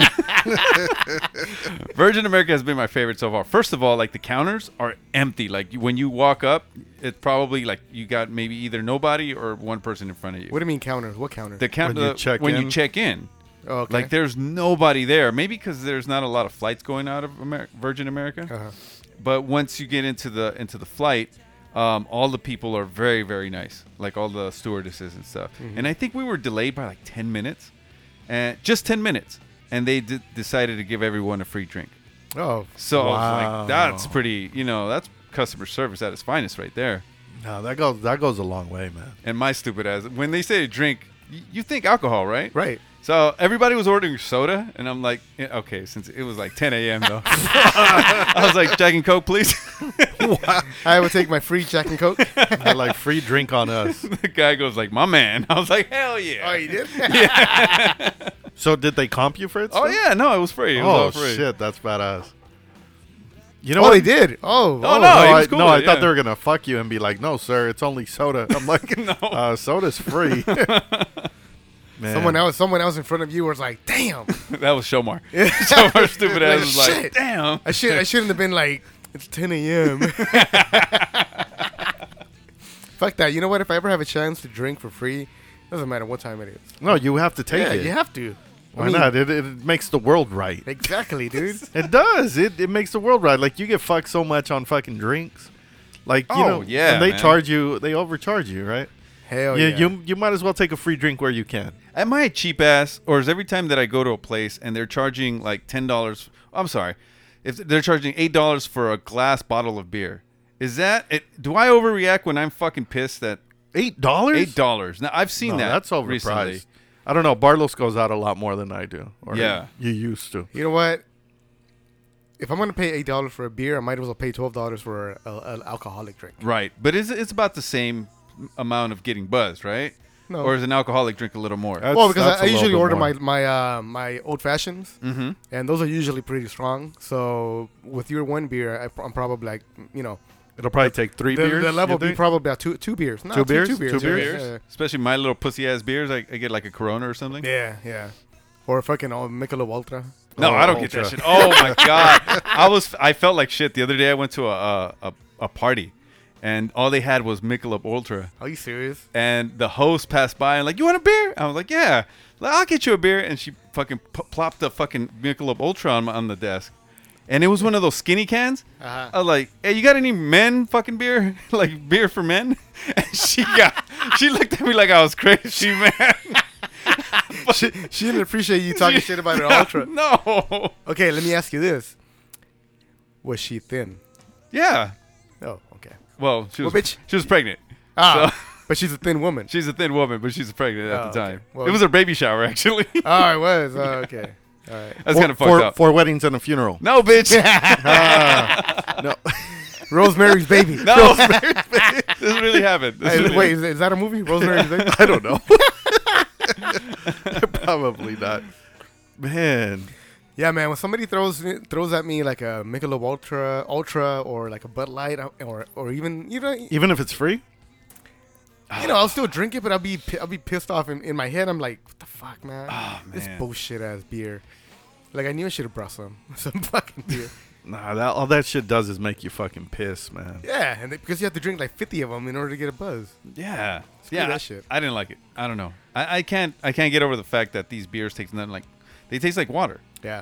Virgin America has been my favorite so far. First of all, like the counters are empty. Like when you walk up, it's probably like you got maybe either nobody or one person in front of you.
what do you mean counters? What counter?
the count
When you
the-
check
when
in?
you check in.
oh, okay.
Like there's nobody there. Maybe because there's not a lot of flights going out of Amer- Virgin America.
Uh-huh.
But once you get into the into the flight, um, all the people are very very nice. Like all the stewardesses and stuff.
Mm-hmm.
And I think we were delayed by like ten minutes, and just ten minutes. And they d- decided to give everyone a free drink.
oh,
So I was like, that's pretty. You know, that's customer service at its finest right there.
No, that goes that goes a long way, man.
And my stupid ass, when they say drink, y- you think alcohol, right?
Right.
So everybody was ordering soda, and I'm like, eh, okay, since it was like 10 a.m. though, I was like, Jack and Coke, please.
I would take my free Jack and Coke.
They're like free drink on us.
the guy goes like, my man. I was like, hell yeah.
oh, you did?
So did they comp you for it?
Oh
still?
yeah, no, it was free. It was all
Oh
free.
shit, that's badass. You know
oh,
what
they did. Oh,
Oh,
oh,
no, he
I,
was cool
no,
with
I
it,
thought
yeah.
they were gonna fuck you and be like, "No, sir, it's only soda." I'm like, "No, uh, soda's free." Man.
Someone else, someone else in front of you was like, "Damn,
That was Shomar. Shomar stupid ass was like,
Shit.
damn.
I should, I shouldn't have been like, it's 10 a.m." Fuck that. You know what? If I ever have a chance to drink for free, doesn't matter what time it is.
No, you have to take
Yeah,
it.
you have to.
Why
I mean,
not? It, it makes the world right.
Exactly, dude.
It does. It, it makes the world right. Like you get fucked so much on fucking drinks. Like you
Oh,
know,
yeah,
and they
man.
charge you. They overcharge you, right?
Hell
yeah,
yeah.
you you might as well take a free drink where you can.
Am I a cheap ass, or is every time that I go to a place and they're charging like ten dollars? I'm sorry, if they're charging eight dollars for a glass bottle of beer, is that it? Do I overreact when I'm fucking pissed that
Eight dollars.
eight dollars? Now I've seen
No,
that.
that's overpriced.
recently.
I don't know. Barlos goes out a lot more than I do. Or
Yeah.
you used to.
You know what? If I'm gonna pay eight dollars for a beer, I might as well pay twelve dollars for a- a- an alcoholic drink.
Right, but is it's about the same amount of getting buzzed, right?
No.
Or is an alcoholic drink a little more?
Oh. That's-
well, because
that's
I,
a
I usually
little
order
bit
my
more.
my uh, my old fashions, mm-hmm. and those are usually pretty strong. So with your one beer, I, pr- I'm probably like you know
It'll probably take three
the,
beers.
the
you
level be
think?
probably about two two beers, no,
Two beers?
two beers,
Two
yeah,
beers?
yeah,
Especially my little pussy ass beers. I, I get like a Corona or something.
Yeah, yeah. or fucking oh, Michelob Ultra.
No,
Oh,
I don't get that
Ultra.
shit. Oh my god, I was I felt like shit the other day. I went to a a, a, a party, and all they had was Michelob Ultra.
Are you serious?
And the host passed by and like, you want a beer? I was like, yeah, Like, I'll get you a beer. And she fucking p- plopped a fucking Michelob Ultra on, my, on the desk, and it was one of those skinny cans.
Uh-huh.
I was like, hey, you got any men fucking beer? like beer for men? And she got she looked at me like I was crazy, man.
she, she didn't appreciate you talking shit about her Ultra.
no.
Okay, let me ask you this: Was she thin?
Yeah.
Oh, okay.
Well, she was
Well, bitch.
she was pregnant.
Ah,
So-
but she's a thin woman.
She's a thin woman, but she's pregnant
Oh,
at
okay.
the time.
Well-
it was her baby shower, actually. That's
Oh, it was. Oh, okay. All right.
kind of fucked
four,
up.
four weddings and a funeral.
No, bitch.
Rosemary's Baby.
No, this really happened. This
Hey,
really-
wait, is, is that a movie? Rosemary's Baby?
I don't know. probably not. Man,
Yeah, man. When somebody throws throws at me like a Michelob Ultra, Ultra, or like a Bud Light, or or uh, even you know,
even if it's free,
you know, I'll still drink it, but I'll be pi- I'll be pissed off in, in my head. I'm like, what the fuck, man? This
Ah, man.
bullshit ass beer. Like I knew I should have brought some some fucking beer.
Nah, that all that shit does is make you fucking piss, man.
yeah, and they, because you have to drink like 50 of them in order to get a buzz.
Yeah, yeah.
that
I-
shit.
I didn't like it. I don't know. I, I can't. I can't get over the fact that these beers taste nothing like. They taste like water.
Yeah,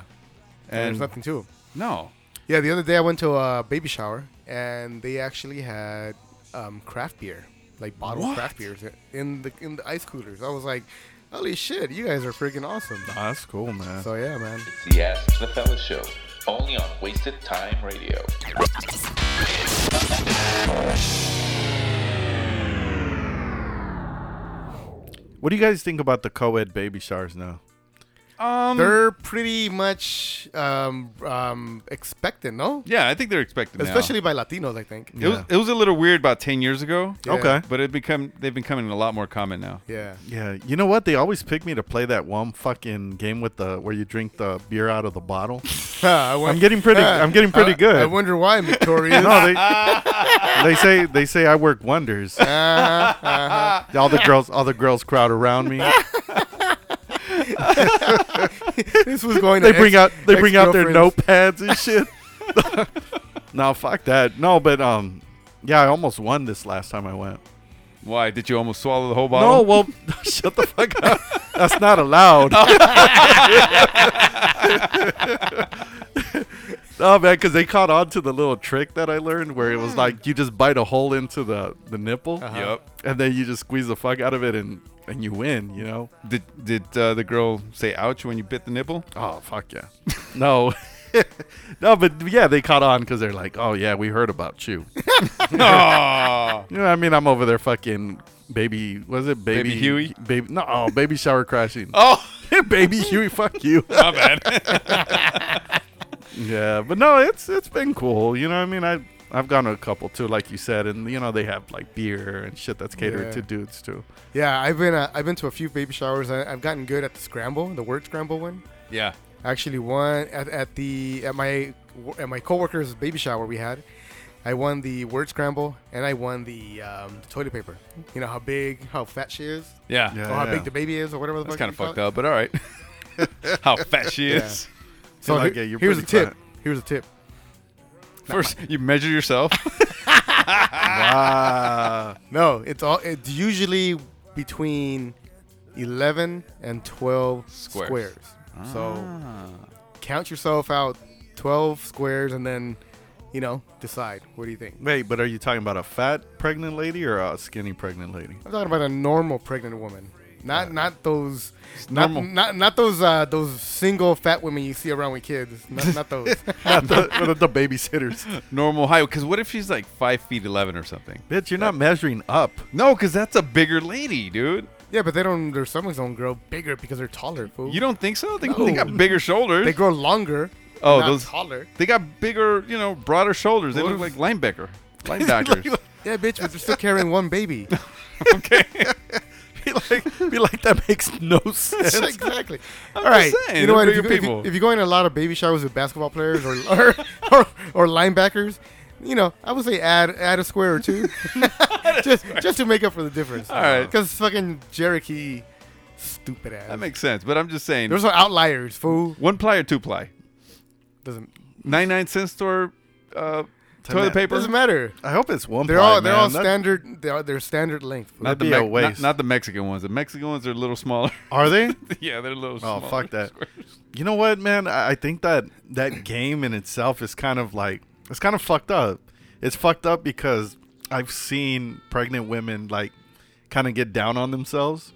and
And
there's nothing to 'em.
no,
Yeah, the other day I went to a baby shower and they actually had um, craft beer, like bottled craft beers in the in the ice coolers. I was like, holy shit, you guys are freaking awesome.
that's cool, man.
So yeah, man.
It's the Ask the Fella show, only on Wasted Time Radio.
What do you guys think about the co-ed baby showers now?
Um,
They're pretty much um, um, expected, no?
yeah. I think they're expected. now.
Especially by Latinos, I think.
It was. It was a little weird about ten years ago.
Yeah.
Okay.
But it become. They've becoming a lot more common now.
Yeah.
Yeah, you know what? They always pick me to play that one fucking game with the where you drink the beer out of the bottle.
I won-
I'm getting pretty. I'm getting pretty
I-
good.
I wonder why, Victoria.
no, they, they say they say I work wonders.
Uh-huh.
All the girls, all the girls crowd around me.
this was going.
They
to
bring
ex-
out they bring out their
ex-girlfriends.
notepads and shit. no, fuck that. No, but um, yeah, I almost won this last time I went.
Why did you almost swallow the
No,
whole bottle?
well, shut the fuck up. That's not allowed. oh man, because they caught on to the little trick that I learned, where it was like you just bite a hole into the the nipple,
Yep.
and then you just squeeze the fuck out of it, and and you win. You know?
Did did uh, the girl say "ouch" when you bit the nipple?
Oh fuck yeah. no. No, but yeah, they caught on because they're like, "Oh yeah, we heard about you."
Oh,
You know, what I mean, I'm over there fucking baby. Was it baby,
Baby Huey?
Baby, no, oh, baby shower crashing.
oh,
baby Huey, fuck you.
my bad.
Yeah, but no, it's it's been cool. You know, what I mean, I I've gone to a couple too, like you said, and you know they have like beer and shit that's catered
Yeah.
to dudes too.
Yeah, I've been uh, I've been to a few baby showers. I, I've gotten good at the scramble, the word scramble one.
yeah.
Actually, one at, at the at my at my coworker's baby shower we had. I won the word scramble and I won the, um, toilet paper. You know how big, how fat she is,
Yeah.
Yeah.
or how big the baby is, or whatever the
That's
fuck.
kind
you
of
call
fucked
it.
up, but all right. How fat she is.
So
Like,
here-
yeah, you're
here's a
pretty
tip.
fat.
Here's a tip.
First, you measure yourself.
No, it's all. It's usually between eleven and twelve
Squares. Ah.
squares. So count yourself out twelve squares, and then you know decide. What do you think?
Wait, but are you talking about a fat pregnant lady or a skinny pregnant lady?
I'm talking about a normal pregnant woman, not not those. Not,
normal.
not not those uh, those single fat women you see around with kids. Not, not those.
Not the, not the babysitters.
Normal height. Because what if she's like five feet eleven or something?
Bitch, you're not measuring up.
No, because that's a bigger lady, dude.
yeah, but they don't. Their stomachs don't grow bigger because they're taller. Fool.
You don't think so? They,
No.
they got bigger shoulders.
They grow longer.
Oh,
not
those-
taller.
They got bigger, you know, broader shoulders. They look like linebacker, linebackers.
Yeah, bitch, but they're still carrying one baby.
Be like, be like that makes no sense.
exactly. All right.
saying,
you know
they're
what? If you,
bigger
if, you,
people.
if you go in a lot of baby showers with basketball players or or, or, or linebackers, you know, I would say add add a square or two, just just to make up for the difference. All
right.
Because fucking Cherokee, stupid ass.
that makes sense. But I'm just saying,
There's some outliers, fool.
one ply or two ply,
Doesn't
ninety nine cent store uh, toilet
that-
paper.
doesn't matter.
I hope it's one.
They're
ply,
all they're all
man. That-
standard. They're, they're standard length. fool.
not the
be a
Mex-
waste.
Not, not the Mexican ones. The Mexican ones are a little smaller.
Are they?
yeah, they're a little.
Oh
smaller.
fuck that! You know what, man? I I think that that game in itself is kind of like it's kind of fucked up. It's fucked up because I've seen pregnant women like kind of get down on themselves.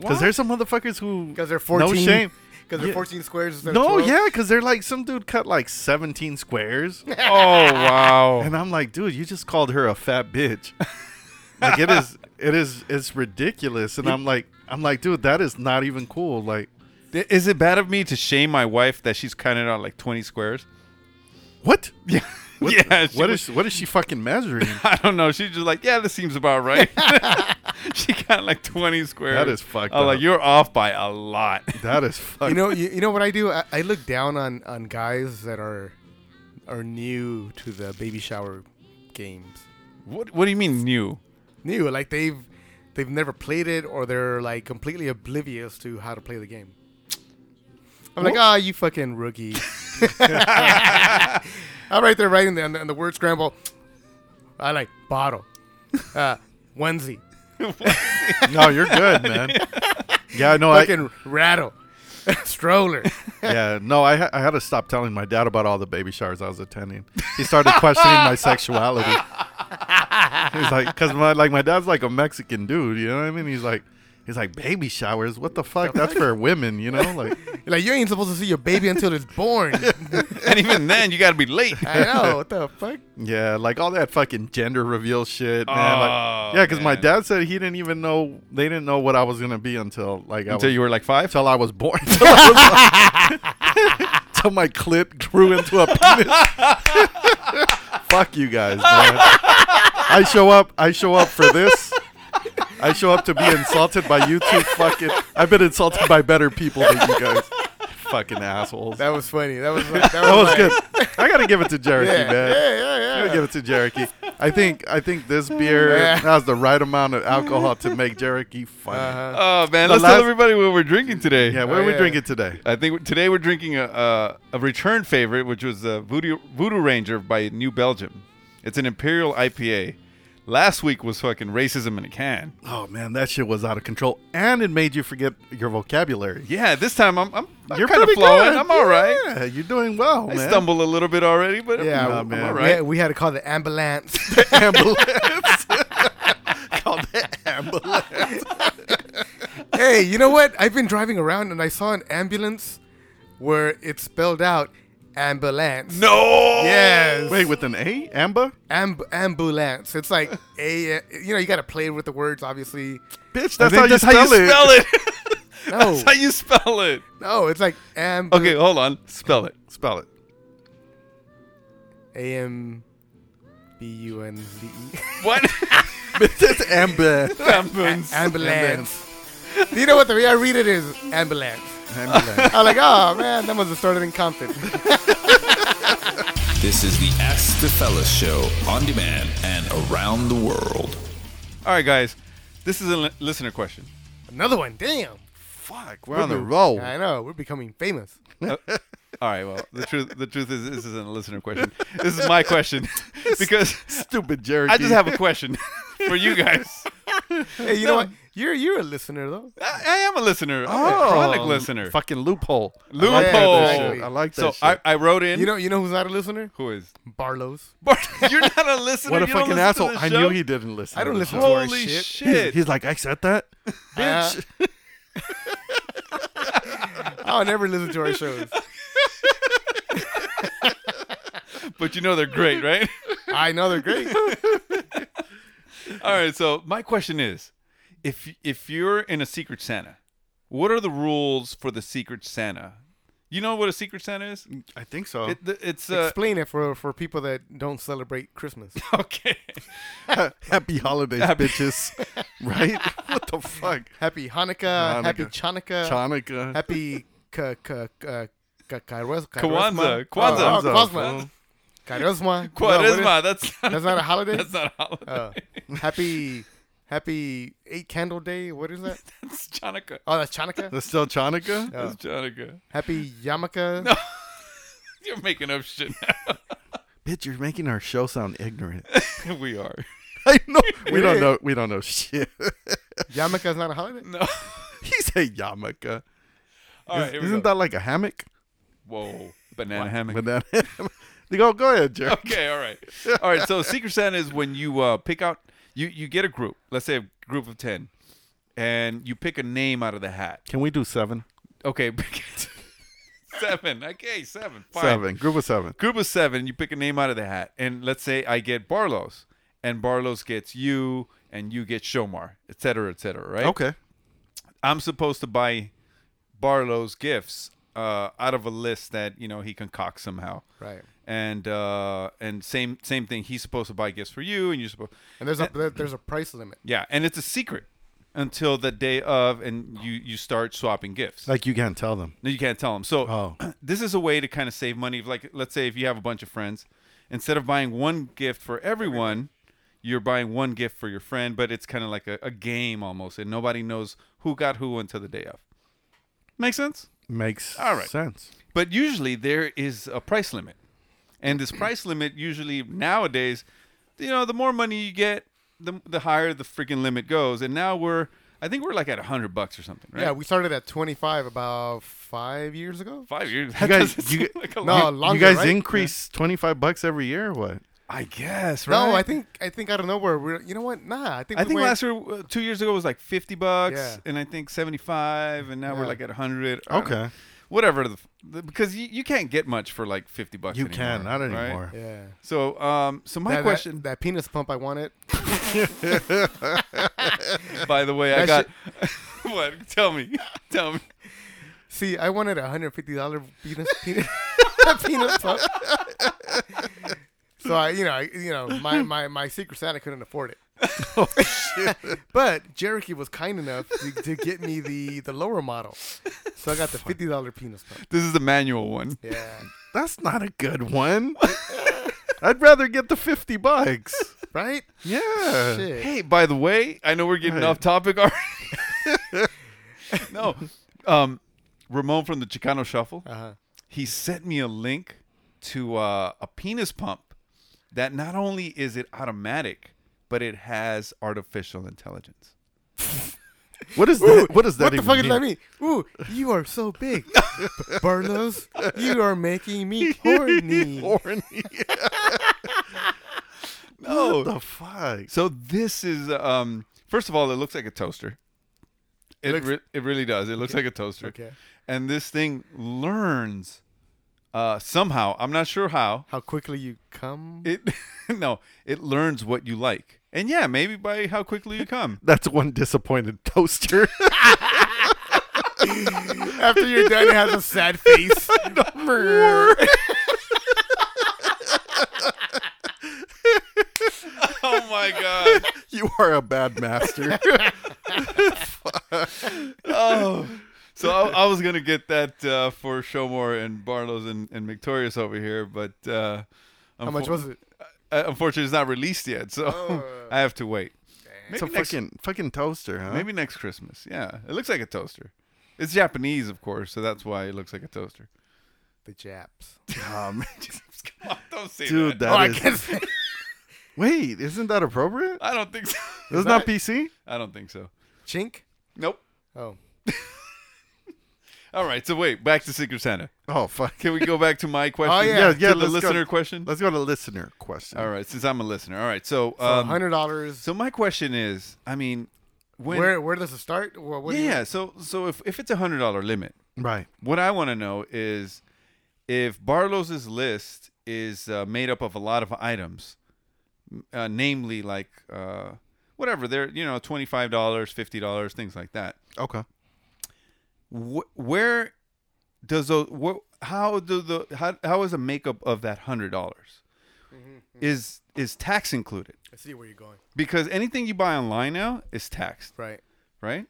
Because there's some motherfuckers who
Because they're fourteen.
No shame.
Because they're
Yeah.
fourteen squares. Instead
No,
of 12.
yeah, because they're like some dude cut like 17 squares,
Oh wow.
and I'm like, dude, you just called her a fat bitch. like it is, it is, it's ridiculous, and I'm like, I'm like, dude, that is not even cool. Like,
Is it bad of me to shame my wife that she's counted out like 20 squares?
what?
Yeah.
What,
yeah. she
what
was-
is what is she fucking measuring?
I don't know. She's just like, yeah, this seems about right. she counted like 20 squares.
That is fucked
I'm like,
up.
you're off by a lot.
That is fucking.
you know, you, you know what I do? I, I look down on, on guys that are are new to the baby shower games.
what What do you mean new?
New, like they've they've never played it or they're like completely oblivious to how to play the game. I'm like, ah, you fucking rookie. I'm right there writing the, and the word scramble. I like bottle, uh, onesie,
No, you're good, man. Yeah, no, I
fucking rattle, stroller.
yeah, no, I ha- I had to stop telling my dad about all the baby showers I was attending. He started questioning my sexuality. He's like, because my like my dad's like a Mexican dude, you know what I mean? He's like, he's like baby showers. What the fuck? That's for women, you know? Like,
Like you ain't supposed to see your baby until it's born.
and even then, you got to be late.
I know what the fuck.
yeah, like all that fucking gender reveal shit, man.
Oh,
like, yeah, because my
man.
dad said he didn't even know they didn't know what I was gonna be until like I
Until
was,
you were like five?
until I was born. Until I was- Till my clit grew into a penis. Fuck you guys, man. I show up. I show up for this. I show up to be insulted by you two fucking. I've been insulted by better people than you guys. Fucking assholes. That,
That was funny. That was like, that, was,
was
like-
good. I gotta give it to Jericho,
Yeah,
man.
yeah, yeah, yeah.
I gotta give it to Jericho. I think I think this beer
Yeah.
has the right amount of alcohol to make Jericho funny.
Oh, man.
The
Let's
last-
tell everybody what we're drinking today.
Yeah, what are
Oh,
we
yeah.
drinking today?
I think we're- today we're drinking a, a, a return favorite, which was the Voodoo, Voodoo Ranger by New Belgium. It's an Imperial IPA. Last week was fucking racism in a can.
Oh man, that shit was out of control, and it made you forget your vocabulary.
Yeah, this time I'm I'm, I'm
You're
kind of
pretty
flowing.
good.
I'm all right.
Yeah, you're doing well,
I
man.
stumbled a little bit already, but I'm-
Yeah,
Nah,
we-
man.
I'm all
we,
right.
had, we had to call the ambulance.
ambulance. Called the ambulance.
hey, you know what? I've been driving around and I saw an ambulance where it spelled out ambulance.
No.
Yes.
Wait, with an A, Amber?
Amb- ambulance. It's like a. You know, you gotta play with the words, obviously.
Bitch,
I
that's
think
how you
that's
spell it.
spell it.
No,
that's how you spell it.
no, it's like amb.
Okay, hold on. Spell it.
Spell it.
A M B U N D E.
What?
It's Amber.
Ambulance.
Ambulance. Do you know what the way I read it is? Ambulance.
Ambulance.
I'm like, oh man, that must have started in Compton.
This is the Ask the Fellas show on demand and around the world.
All right, guys. This is a li- listener question.
Another one. Damn.
Fuck, we're on the roll.
I know. We're becoming famous.
All right. Well, the truth the truth is this isn't a listener question. This is my question because
Stupid Jerry.
I just have a question for you guys.
Hey, you know what? You're you're a listener though.
I, I am a listener. I'm
Oh.
a chronic listener.
Fucking loophole.
Loophole.
exactly.
I like that
so
shit.
I, I wrote in.
You know you know who's not a listener?
who is?
Barlow's.
You're not a listener.
what a
you don't
fucking
listen to
asshole.
the
I
show?
knew he didn't listen.
I don't
to the
listen
show.
to our
Holy
shit.
He's,
shit.
he's like, I said that?
Bitch. Uh, I'll never listen to our shows.
But you know they're great, right?
I know they're great.
All right. So my question is, if if you're in a Secret Santa, what are the rules for the Secret Santa? You know what a Secret Santa is?
I think
Oh.
so.
It, the- it's uh,
Explain it for for people that don't celebrate Christmas.
okay.
Happy holidays, bitches. right? What the fuck?
Happy Hanukkah, happy
uh,
Chanukah,
Chanukah.
happy ka, ka, ka, ka, Kairos-
Kwanzaa.
Kairos-
Kwanzaa.
Oh, Kwanzaa. Kairos-
Quaresma.
No, what is-
that's not,
That's not a holiday.
that's not a holiday.
Oh. happy Happy Eight Candle Day. What is that?
That's Chanukah.
Oh, that's Chanukah.
That's still Chanukah?
Oh.
That's Chanukah.
Happy Yamaka.
You're making up shit
Bitch, you're making our show sound ignorant.
now. we are.
I know. We
It
don't
is.
know. We don't know shit.
Yamaka is not a holiday.
No.
he said yarmulke.
All right. Here we
Isn't
go.
that like a hammock?
Whoa. Banana hammock.
But that go go ahead, Jerry.
okay, all right, all right. So Secret Santa is when you uh, pick out you you get a group. Let's say a group of ten, and you pick a name out of the hat.
Can we do seven?
Okay, seven. Okay, seven. Fine.
Seven. Group of seven.
Group of seven. You pick a name out of the hat, and let's say I get Barlow's, and Barlow's gets you, and you get Shomar, et cetera, et cetera. Right?
Okay.
I'm supposed to buy Barlow's gifts uh, out of a list that you know he concocts somehow.
Right.
And uh, and same same thing. He's supposed to buy gifts for you, and you're supposed
And there's a there- there's a price limit.
yeah. And it's a secret until the day of, and you you start swapping gifts.
Like you can't tell them.
No, you can't tell them. So
Oh.
this is a way to kind of save money. Like, let's say if you have a bunch of friends, instead of buying one gift for everyone, you're buying one gift for your friend, but it's kind of like a, a game almost, and nobody knows who got who until the day of. Make sense?
Makes
All right.
sense.
But usually there is a price limit. And this price limit usually nowadays, you know, the more money you get, the, the higher the freaking limit goes. And now we're, I think we're like at a 100 bucks or something, right?
Yeah, we started at 25 about five years ago.
Five years. That
You guys,
doesn't
you,
seem like a
No,
lot.
longer,
you guys
right?
increase twenty five bucks every year. Or what?
I guess, right?
No, I think I think out of nowhere we're. You know what? Nah, I think
I
we
think
went-
last year, uh, two years ago, was like 50 bucks,
Yeah.
and I think 75, and now we're
Yeah.
like at 100. I don't know.
Okay,
Whatever. The, f- the, because you, you can't get much for like 50 bucks.
you
anymore,
can not
right?
anymore.
Yeah.
So, um, so my
That- that-
question,
That, penis pump I wanted.
by the way, I got.
that
what? Tell me. Tell me.
See, I wanted a hundred fifty dollar penis penis penis pump. so I, you know, I, you know, my, my my secret Santa couldn't afford it.
Oh,
but Jericho was kind enough to, to get me the the lower model, so I got the fifty dollar penis pump.
This is the manual one.
Yeah,
That's not a good one. I'd rather get the fifty bucks.
right?
Yeah.
Shit.
Hey, by the way, I know we're getting
Right.
off topic already. no, um, Ramon from the Chicano Shuffle.
Uh-huh.
He sent me a link to uh, a penis pump that not only is it automatic, but it has artificial intelligence.
What is
Ooh,
that? What does that?
What the
even
fuck
mean?
does that mean? Ooh, you are so big, Barlos. You are making me horny.
Horny.
No,
What the fuck?
Oh. So this is um first of all, it looks like a toaster. It
looks-
re- it really does. It looks like a toaster.
Okay.
And this thing learns uh somehow, I'm not sure how.
How quickly you come?
It no, it learns what you like. And yeah, maybe by how quickly you come.
That's one disappointed toaster.
After you're done, it has a sad face.
oh my god.
you are a bad master.
oh. So I, I was gonna get that uh, for Showmore and Barlow's and, and Victorious over here, but uh,
How much
unfo-
was it?
Uh, unfortunately, it's not released yet, so I have to wait.
it's a
Maybe next-
fucking fucking toaster, huh?
Maybe next Christmas. Yeah, it looks like a toaster. It's Japanese, of course, so that's why it looks like a toaster.
The Japs.
Um,
Come on, don't say
dude,
that.
oh, I
that is.
can't say.
Wait, isn't that appropriate?
I don't think so.
That's not PC.
I don't think so.
Chink.
Nope.
Oh,
All right, so wait, back to Secret Santa.
Oh fuck.
Can we go back to my question?
Oh, yeah.
to the
let's go-
listener question.
Let's go to listener question.
All right, since I'm a listener. All right, so
so
um,
hundred dollars.
so my question is, I mean, when
where where does it start? Well, what do you-
yeah, so so if if it's a hundred dollar limit,
Right.
What I want to know is if Barlow's list is uh, made up of a lot of items, m- uh, namely like uh, whatever they're you know twenty five dollars, fifty dollars, things like that.
Okay.
Wh- where does those? Wh- how do the how, how is the makeup of that hundred dollars?
Mm-hmm.
Is is tax included?
I see where you're going.
Because anything you buy online now is taxed,
Right.
right?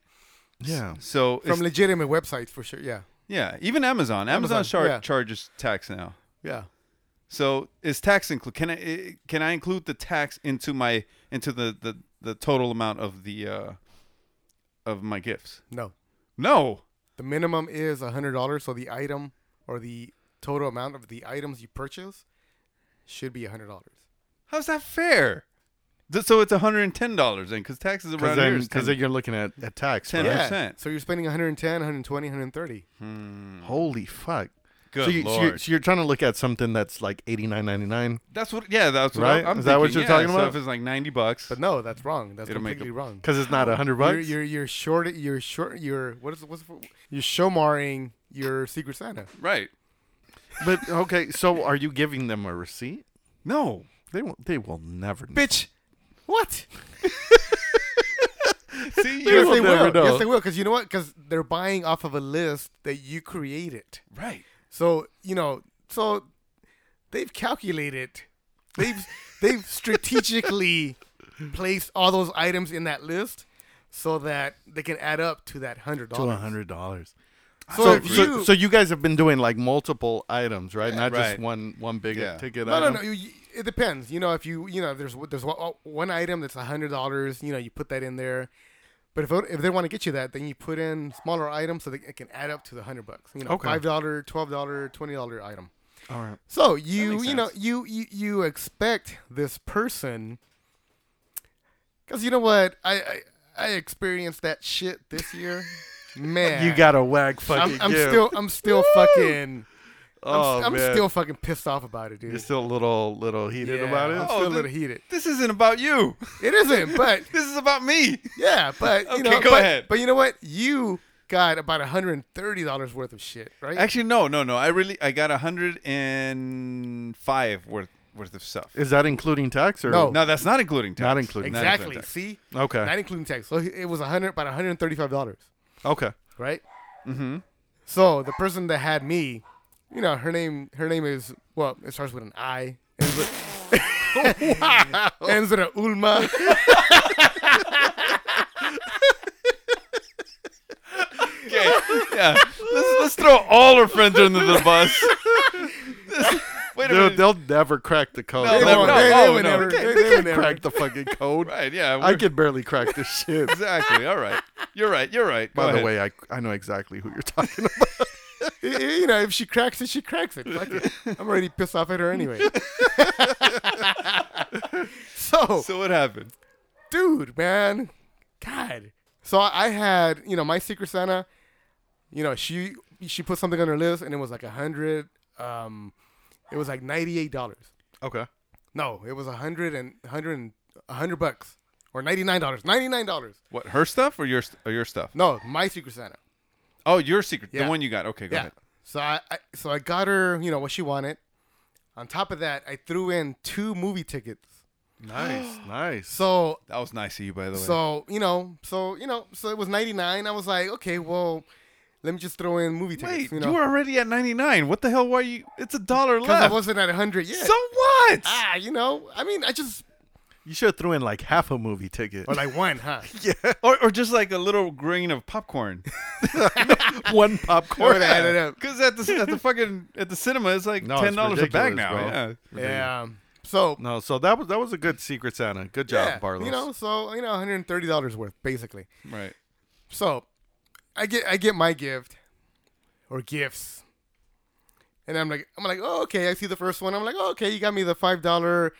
Yeah.
So
From
it's-
legitimate websites for sure. Yeah.
yeah, even Amazon, Amazon,
Amazon,
char-
yeah.
charges tax now.
Yeah.
So is tax include? Can I i- can I include the tax into my into the the, the total amount of the uh, of my gifts?
No.
No.
The minimum is hundred dollars. So the item or the total amount of the items you purchase should be hundred dollars.
How's that fair? Th- So it's one hundred and ten dollars then, because taxes around here is
Because
10,
then you're looking at, at tax.
10%.
right?
Yeah.
percent.
So you're spending 110, 120, 130. Mm.
Holy fuck.
Good
so, you, so, you're,
lord.
so you're trying to look at something that's like eighty nine ninety nine.
that's what. Yeah, that's what
Right?
I'm
Is that what
thinking.
you're talking
Yeah,
about?
So if it's like ninety bucks,
But no, that's wrong. That's
It'll make
completely
a-
wrong.
Because it's not a hundred
You're,
bucks.
you're you're short. You're short. You're what is what's the- you're showmaring your Secret Santa.
right?
but okay, so are you giving them a receipt?
No.
They will. They will never. know.
Bitch, what?
See,
Yes,
you're
they
never
will.
know.
Yes, they will. Because you know what? Because they're buying off of a list that you created.
right.
So you know, so they've calculated, they've they've strategically placed all those items in that list so that they can add up to that hundred
To a
dollars.
hundred dollars.
So,
So,
if
so,
you,
so you guys have been doing like multiple items, right? Not
Right.
just one one big
Yeah.
ticket
no, no,
item.
um,
no. You, you- it depends. You know, if you you know if there's there's one- uh, one item that's hundred dollars, you know, you put that in there. But if if they want to get you that, then you put in smaller items so that it can add up to the hundred bucks. You know,
Okay.
five dollar, twelve dollar, twenty dollar item.
All right.
So you
makes
you know
sense.
you you, you expect this person because you know what I, I I experienced that shit this year, man.
You got a wag fucking
I'm, I'm
gift.
still I'm still fucking
oh,
I'm, I'm
man.
still fucking pissed off about it, dude.
You're still a little little heated
Yeah,
about
I'm
it.
still
Oh,
a little
th-
heated.
This isn't about you.
It isn't, but
This is about me.
yeah, but you
Okay,
know,
go
but,
ahead.
But you know what? You got about hundred and thirty dollars worth of shit, right?
Actually, no, no, no. I really, I got hundred and five worth worth of stuff.
Is that including tax or
No.
No, that's not including tax.
Not including
Not including
exactly.
tax.
See,
Okay.
not including tax. So it was a hundred, about hundred and thirty-five dollars,
Okay.
right? Mm-hmm. So the person that had me, you know, her name, her name is well, it starts with an I, ends with, ends with a Ulma.
Okay. yeah. Let's, let's throw all our friends under the bus. Wait a
Dude,
minute.
they'll never crack the code.
No,
They
no,
won't-
no.
they- they
oh,
would
no.
never-
Okay,
they-
They
they
can
would never-
crack the fucking code.
Right. Yeah.
I
we're-
can barely crack this shit.
Exactly. All right. You're right. You're right. Go
By the
ahead.
way, I I know exactly who you're talking about.
you know, if she cracks it, she cracks it. Fuck it. I'm already pissed off at her anyway. so,
So what happened?
dude, man, God. So I I had, you know, my Secret Santa. You know, she she put something on her list, and it was like a hundred. Um, it was like ninety eight dollars.
Okay.
No, it was a hundred and a hundred and a hundred bucks or ninety nine dollars. Ninety nine dollars.
What? Her stuff or your st- or your stuff?
No, my Secret Santa.
Oh, your secret. The
Yeah.
one you got. Okay. Go
yeah.
ahead.
So I, I so I got her, you know, what she wanted. On top of that, I threw in two movie tickets.
Nice. nice.
So
That was nice of you, by the way.
so you know so you know so it was ninety nine. I was like, okay, well, let me just throw in movie tickets.
Wait,
you
you,
know,
were already at 99. What the hell were you? It's a dollar
because I
left.
wasn't at hundred yet.
so what?
ah, you know, I mean, I just
You should have threw in like half a movie ticket.
or like one, huh?
Or, or just like a little grain of popcorn.
one
Or
popcorn.
to add it up.
Because at the at the fucking at the cinema, it's like
No, it's
ten dollars a bag
ridiculous,
now.
bro.
Yeah.
Yeah. So
No, so that was that was a good Secret Santa. Good job,
yeah,
Barlow.
you know, so you know, one hundred and thirty dollars worth basically.
Right.
So I get I get my gift or gifts. And I'm like I'm like, oh, okay, I see the first one. I'm like, oh, okay, you got me the five dollar,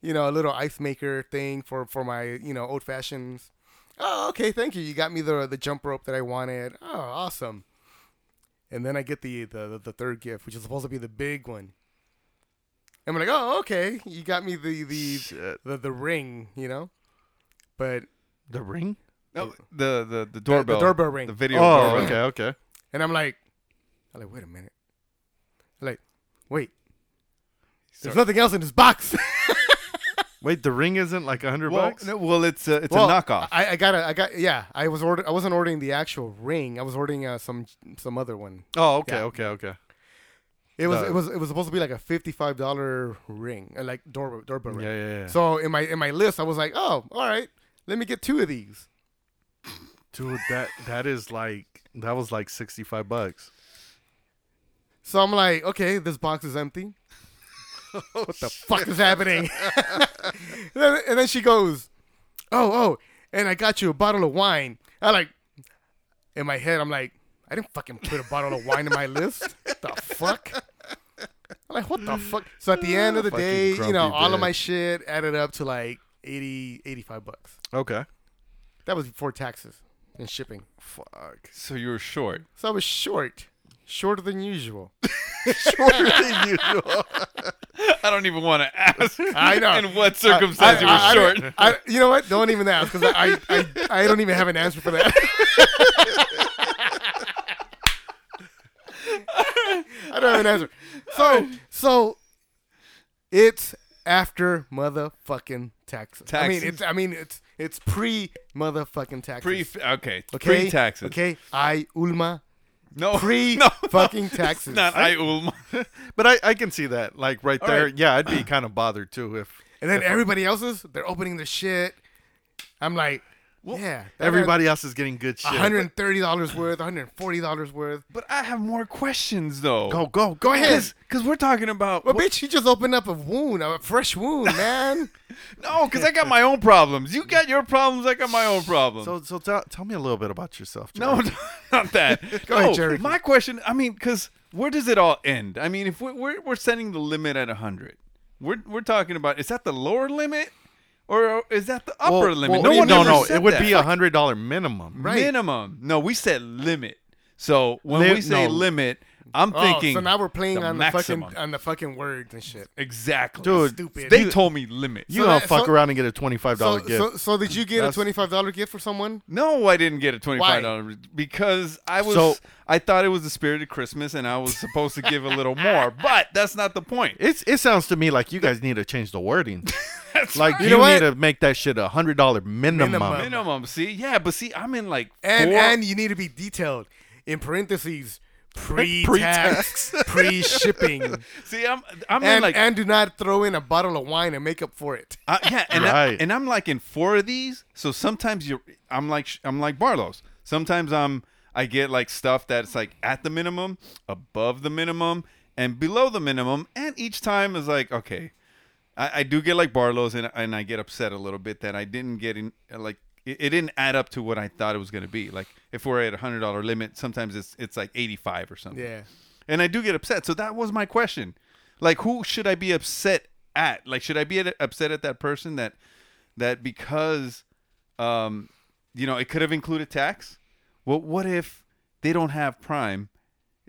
you know, little ice maker thing for for my, you know, old fashions. Oh, okay, thank you. You got me the the jump rope that I wanted. Oh, awesome. And then I get the the, the, the third gift, which is supposed to be the big one. And I'm like, oh, okay, you got me the the
Shit.
the, the ring, you know. But
the ring.
No, Oh, the the the doorbell.
doorbell ring.
The video.
Oh,
doorbell.
okay, okay.
And I'm like, I'm like, wait a minute. I'm like, wait. There's nothing else in this box.
Wait, the ring isn't like a hundred
Well,
bucks.
no, well, it's a, it's
Well,
a knockoff.
I, I got a, I got yeah. I was order, I wasn't ordering the actual ring. I was ordering uh, some some other one.
Oh, okay,
Yeah.
okay, okay.
It was
The-
it was it was supposed to be like a fifty five dollar ring, uh, like door doorbell ring.
Yeah, yeah, yeah.
So in my in my list, I was like, oh, all right, let me get two of these.
Dude, that that is like that was like sixty five bucks.
So I'm like, okay, this box is empty. what
Oh,
the fuck is happening? and, then, and then she goes, oh, oh, and I got you a bottle of wine. I like, in my head, I'm like, I didn't fucking put a bottle of wine in my list. the fuck? I'm like, what the fuck? So at the end of the
Fucking
day, you
grumpy
know, all
bitch.
of my shit added up to like 80, 85 bucks.
Okay.
That was before taxes and shipping.
Fuck.
so you were short.
So I was short, shorter than usual.
Shorter than usual.
I don't even want to ask.
I know.
In what circumstance you were
I- I- I
short?
don't- I, you know what? Don't even ask because I, I, I don't even have an answer for that. I don't have an answer. So so it's after motherfucking taxes. I mean
Taxes.
it's I mean it's it's pre motherfucking taxes.
Pre okay.
okay?
Pre taxes.
Okay. I Ulma
No.
pre
no,
fucking
It's
taxes.
not I Ulm.
But I, I can see that. Like right there.
right.
Yeah, I'd be kind of bothered too if
and then everybody else's, they're opening their shit. I'm like,
Well,
yeah, that
Everybody else is getting good
got
shit.
$130 worth, $140 worth.
But I have more questions though.
Go, Oh, go, go ahead.
Because we're talking about
Well, bitch, you just opened up a wound, a fresh wound, man.
no, because oh, I got my own problems. You got your problems. I got my own problems.
So, so tell, tell me a little bit about yourself.
no,
Jerry.
not that.
Go ahead,
No,
Jerry.
My question. I mean, because where does it all end? I mean, if we're we're, we're setting the limit at hundred, we're we're talking about is that the lower limit or is that the upper
Well,
limit?
well,
no one
no,
ever
no.
said
It would
that.
be a hundred dollar minimum.
Right.
minimum. No, we said limit. So when
Li-
we say
no.
limit, I'm thinking.
oh, so now we're playing
the
on the
maximum.
fucking on the fucking words and shit.
exactly.
Dude,
Stupid.
they
You-
told me limit.
You
So
gonna
that-
fuck
so-
around and get a twenty five
So,
dollar gift?
so, so did you get a
That's-
twenty-five dollar gift for someone?
No, I didn't get a twenty-five dollars because I was.
So-
I thought it was the spirit of Christmas, and I was supposed to give a little more. But that's not the point.
It's it sounds to me like you guys need to change the wording. like you,
You know
need
what?
to make that shit a hundred dollar minimum.
Minimum.
Minimum. See, yeah, but see, I'm in like
And
four-
and you need to be detailed in parentheses pre-tax, pre-shipping,
see, I'm I'm in
and
like
and do not throw in a bottle of wine and make up for it.
Uh, yeah, and, I,
Right.
and I'm like in four of these. So sometimes you, I'm like I'm like Barlow's. Sometimes I'm I get like stuff that's like at the minimum, above the minimum, and below the minimum, and each time is like okay, I, I do get like Barlow's, and and I get upset a little bit that I didn't get in like. It it didn't add up to what I thought it was going to be. Like if we're at a hundred dollar limit, sometimes it's it's like eighty five or something.
Yeah.
and I do get upset. So that was my question. Like, who should I be upset at? Like, should I be at, upset at that person that that because, um, you know, it could have included tax? Well, what if they don't have Prime?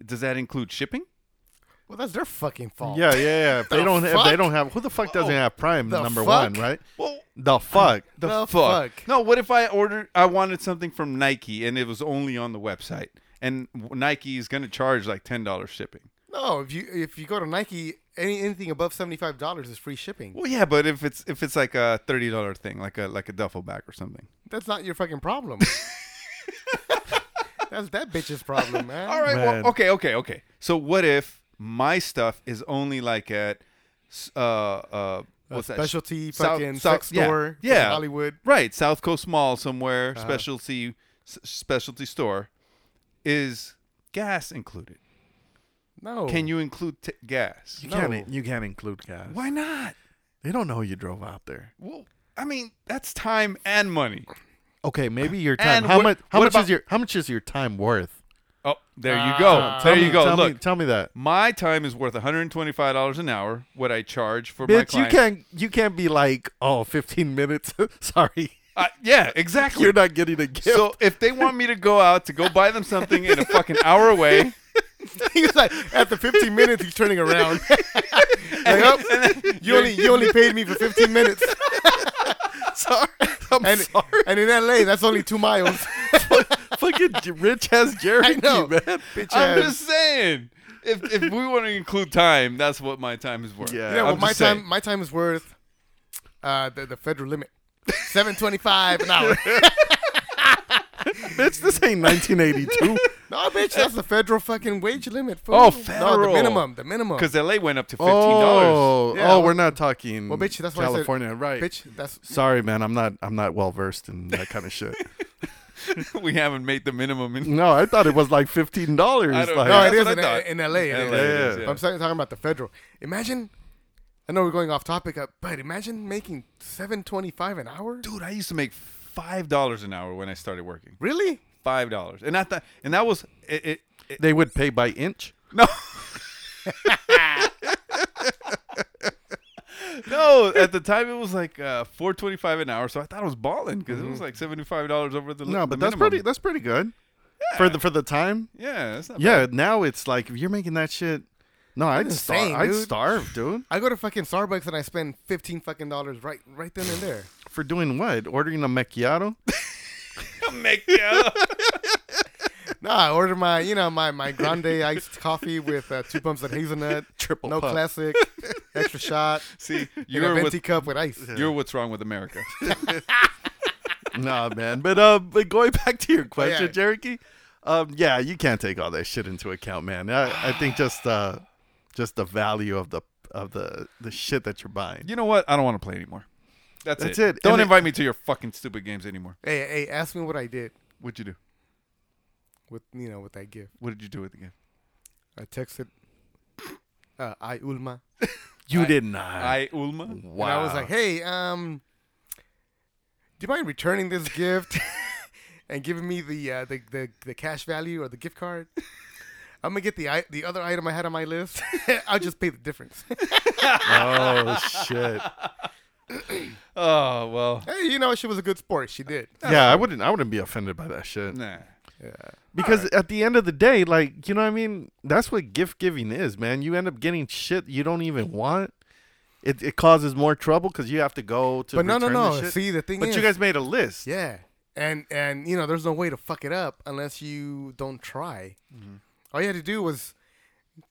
Does that include shipping?
Well, that's their fucking fault.
Yeah, yeah, yeah. If they
The
don't, if they
fuck? Oh.
don't have, who the fuck doesn't have Prime?
The
Number
fuck?
one, right?
Well,
The fuck.
The,
fuck.
fuck.
No, what if I ordered? I wanted something from Nike and it was only on the website, and Nike is going to charge like ten dollars shipping.
No, if you if you go to Nike, any anything above seventy-five dollars is free shipping.
Well, yeah, but if it's if it's like a thirty dollar thing, like a like a duffel bag or something.
That's not your fucking problem. that's that bitch's problem, man.
All right.
Man.
Well, okay, okay, okay. So what if my stuff is only like at s- uh uh what's that?
specialty
South-
fucking
South-
sex
yeah,
store,
Yeah,
fucking Hollywood.
Right, South Coast Mall somewhere,
Uh-huh.
specialty s- specialty store is gas included.
No.
Can you include t- gas?
Oh. You
No.
can't. You can't include gas.
Why not?
They don't know you drove out there.
Well, I mean, that's time and money.
Okay, maybe your time.
And
How
what-
much? How
what
much
about-
is your? How much is your time worth?
Oh, there you go. there you
me,
go.
Uh, Tell
Look,
me, tell me that.
my time is worth $125 an hour. What I charge for my
Bitch, you
client.
can't. You can't be like, oh, 15 minutes. Sorry,
Uh, yeah, exactly.
you're not getting a gift.
So if they want me to go out to go buy them something in a fucking hour away,
He's like, after 15 minutes, he's turning around. like, oh, you only you only paid me for 15 minutes.
sorry, I'm
And,
sorry.
and in LA, that's only two miles.
Fucking rich ass Jerry,
I know.
man.
Bitch
I'm
ass.
just saying. If if we want to include time, that's what my time is worth.
Yeah.
yeah, well,
I'm
my
just
time
saying.
my time is worth uh, the the federal limit, 725 an hour.
Bitch, this ain't 1982.
No, bitch, that's the federal fucking wage limit. Fool.
Oh,
No,
federal.
the minimum, the minimum.
Because LA went up to fifteen dollars.
Oh,
Yeah,
oh,
well-
we're not talking.
well, bitch, that's why
California,
I said,
right?
Bitch, that's
Sorry, man. I'm not. I'm not well versed in that kind of shit. Oh.
we haven't made the minimum. In-
no, I thought it was like fifteen dollars.
I don't
Like,
know.
no,
that's
it is
what
in,
I thought.
in LA. it is.
LA it is,
But
yeah.
I'm talking talking about the federal. Imagine, I know we're going off topic, uh, but imagine making 725 an hour.
Dude, I used to make five dollars an hour when I started working.
Really?
Five dollars, and I thought, and that was it. it, it
They would pay by inch.
no. No, at the time it was like uh, four twenty-five an hour, so I thought it was balling because it was like seventy-five dollars over the
Mm-hmm. No,
the
but that's
minimum.
pretty. That's pretty good for the for the time.
yeah, that's not bad.
Yeah. Now it's like if you're making that shit. No, I'd starve.
insane,
I'd
dude.
starve, dude.
I go to fucking Starbucks and I spend 15 fucking dollars right right then and there.
For doing what? Ordering a macchiato?
Make yeah.
No, I order my, you know, my, my grande iced coffee with uh, two pumps of hazelnut,
Triple
no
pump.
classic, extra shot,
See,
and a
you're
venti
with,
cup with ice.
you're what's wrong with America.
nah, man. But uh, but going back to your question,
yeah.
Jericho, um, yeah, you can't take all that shit into account, man. I, I think just uh, just the value of the of the the shit that you're buying.
you know what? I don't want to play anymore. That's,
That's
it.
it.
Don't
And it-
invite me to your fucking stupid games anymore.
Hey, hey, ask me what I did
What'd you do?
with you know with that gift.
What did you do with the game?
I texted uh, I Ulma.
You did not.
I Ulma.
wow.
And I was like, hey, um, do you mind returning this gift and giving me the, uh, the the the cash value or the gift card? I'm gonna get the i- the other item I had on my list. I'll just pay the difference.
oh shit.
Oh well.
hey, you know she was a good sport. She did.
Yeah, I wouldn't. I wouldn't be offended by that shit.
Nah.
Because at the end of the day, like you know, what I mean, that's what gift giving is, man. You end up getting shit you don't even want. It, it causes more trouble because you have to go to.
But no, no,
return the
no.
shit.
See, the thing
but
is-
you guys made a list.
Yeah, and and you know there's no way to fuck it up unless you don't try. All you had to do was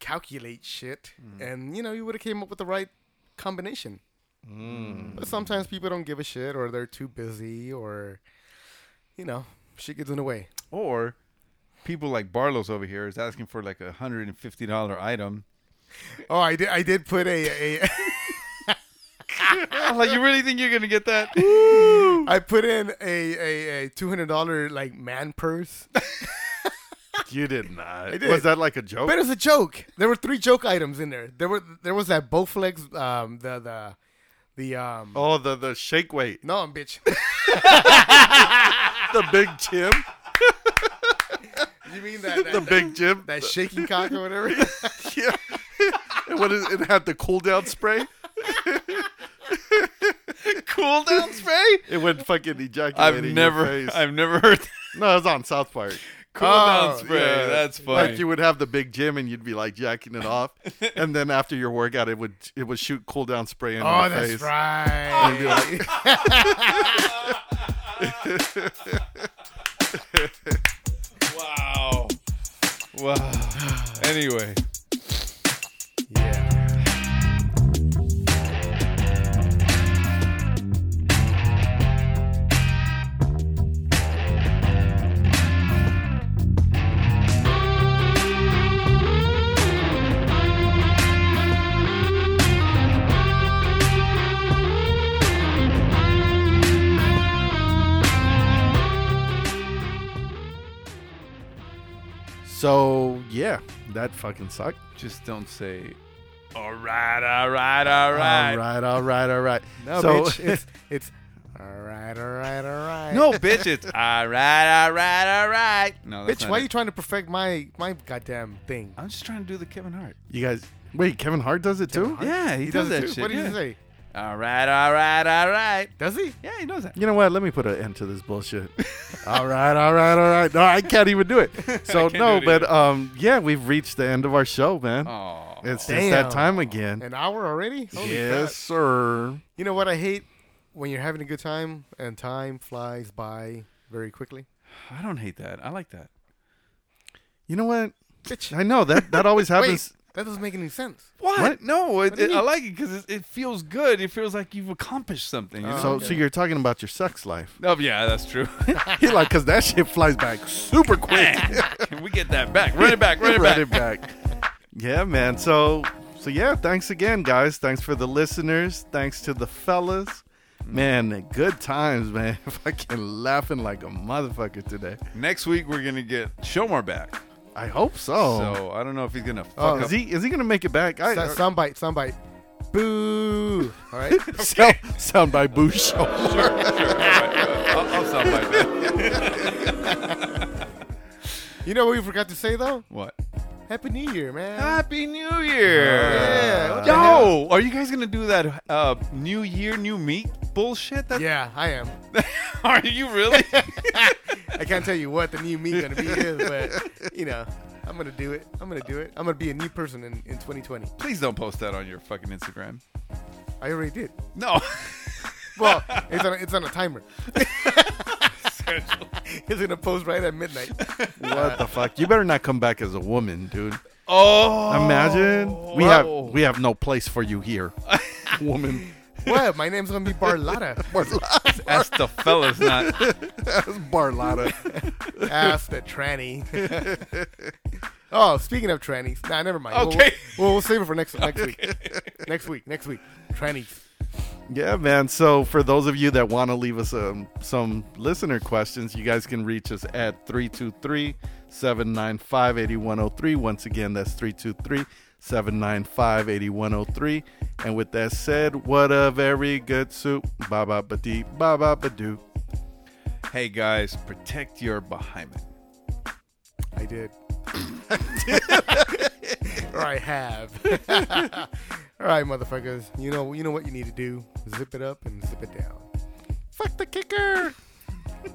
calculate shit, and you know you would have came up with the right combination. But sometimes people don't give a shit, or they're too busy, or you know shit gets in the way.
Or people like Barlow's over here is asking for like a hundred and fifty dollar item.
Oh, I did. I did put a. a
I'm Ah, like you really think you're gonna get that?
I put in a a, a two hundred dollar like man purse.
You did not.
did.
Was that like a joke?
But it was a joke. There were three joke items in there. There were there was that Bowflex, um, the the the um.
oh, the the shake weight,
No, I'm bitch.
the big Jim,
You mean that that,
the big Jim.
that shaking cock or whatever?
yeah. And what is, it had the cool down spray.
cool down spray.
It went fucking ejaculating.
I've
your
never,
face.
I've never heard that.
No, it was on South Park.
cool
Oh,
down spray.
Yeah.
That's funny.
Like you would have the big gym and you'd be like jacking it off, and then after your workout, it would it would shoot cool down spray in
oh,
your
that's
face.
right.
You'd be like,
wow. Wow. anyway.
yeah.
so yeah, that fucking sucked.
Just don't say. All right, all right, all right.
All right, all right, all right.
No,
so,
bitch. It's it's all right, all right, all right.
No, bitch, it's all right, all right, all right. No, that's
bitch.
not
Why
it.
are you trying to perfect my my goddamn thing?
I'm just trying to do the Kevin Hart.
you guys, wait, Kevin Hart does it too.
Yeah, he, does,
it
that
too.
shit.
What did
yeah.
he say?
All right, all right, all right.
Does he?
Yeah, he knows that.
You know what? Let me put an end to this bullshit. all right, all right, all right. No, I can't even do it. So
can't
no,
do it
but um, yeah, we've reached the end of our show, man.
Oh,
it's
Damn.
just that time again.
An hour already? Holy
yes,
crap.
sir.
You know what I hate when you're having a good time and time flies by very quickly.
I don't hate that. I like that.
You know what?
Bitch.
I know that that always
Wait,
happens.
that doesn't make any sense.
What? No, it,
do you
it- I
mean?
like it because it, it feels good. It feels like you've accomplished something. You know?
Oh. so so you're talking about your sex life.
oh, yeah, that's true.
He like cause that shit flies back super quick.
Can we get that back? Run it back. Run it
Run
back.
it back. Yeah, man. So so yeah, thanks again, guys. Thanks for the listeners. Thanks to the fellas. Man, good times, man. Fucking laughing like a motherfucker today.
Next week we're gonna get Shomar back.
I hope
Oh.
so.
So I don't know if he's gonna fuck
Oh, is
up.
he is he gonna make it back? I,
Sound- Soundbite, soundbite. Boo. All right.
sound, sound by Bush.
I'll, I'll stop by that.
You know what we forgot to say though?
What?
Happy New Year, man.
Happy New Year!
Yeah, what the
Yo, are you guys gonna do that uh, New Year, New Me bullshit? That
Yeah, I am.
are you really?
I can't tell you what the new me gonna be is, but you know, I'm gonna do it. I'm gonna do it. I'm gonna be a new person in, in 2020.
Please don't post that on your fucking Instagram.
I already did.
No.
Well, it's on a, it's on a timer. it's gonna post right at midnight.
what the fuck? You better not come back as a woman, dude.
oh,
Imagine we
Whoa.
have we have no place for you here, woman.
What? My name's gonna be Barlotta.
ask the fellas not.
Barlotta.
Ass the tranny. oh, speaking of trannies, nah, never mind. We'll-
Okay.
We'll, we'll, save it for next next week. Next week. Next week. Trannies.
Yeah, man. So for those of you that want to leave us um, some listener questions, you guys can reach us at 323-795-8103. Once again, that's 323-795-8103. And with that said, what a very good soup. Baba ba dee, baba ba doo.
Hey guys, protect your behind.
I did. or I have. All right, motherfuckers. You know, you know what you need to do. Zip it up and zip it down. Fuck the kicker.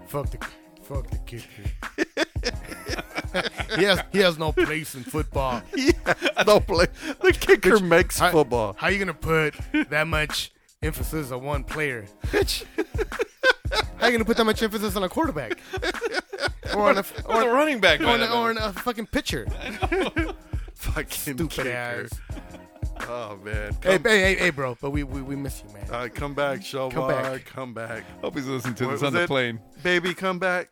fuck the fuck the kicker. he has he has no place in football.
No play. The kicker makes
How-
football.
How you gonna put that much emphasis on one player, bitch? How you gonna put that much emphasis on a quarterback or on a f- or,
Or the running back,
or, on a, or on a fucking pitcher?
Fucking
Stupid
kicker.
ass.
Oh man.
Hey,
Come,
hey, hey, hey, bro. But we we, we miss you, man.
uh, come back, Showbar. Come
back.
back. Come back.
Hope he's listening to
What
this on
was
the
it?
plane.
Baby, come back.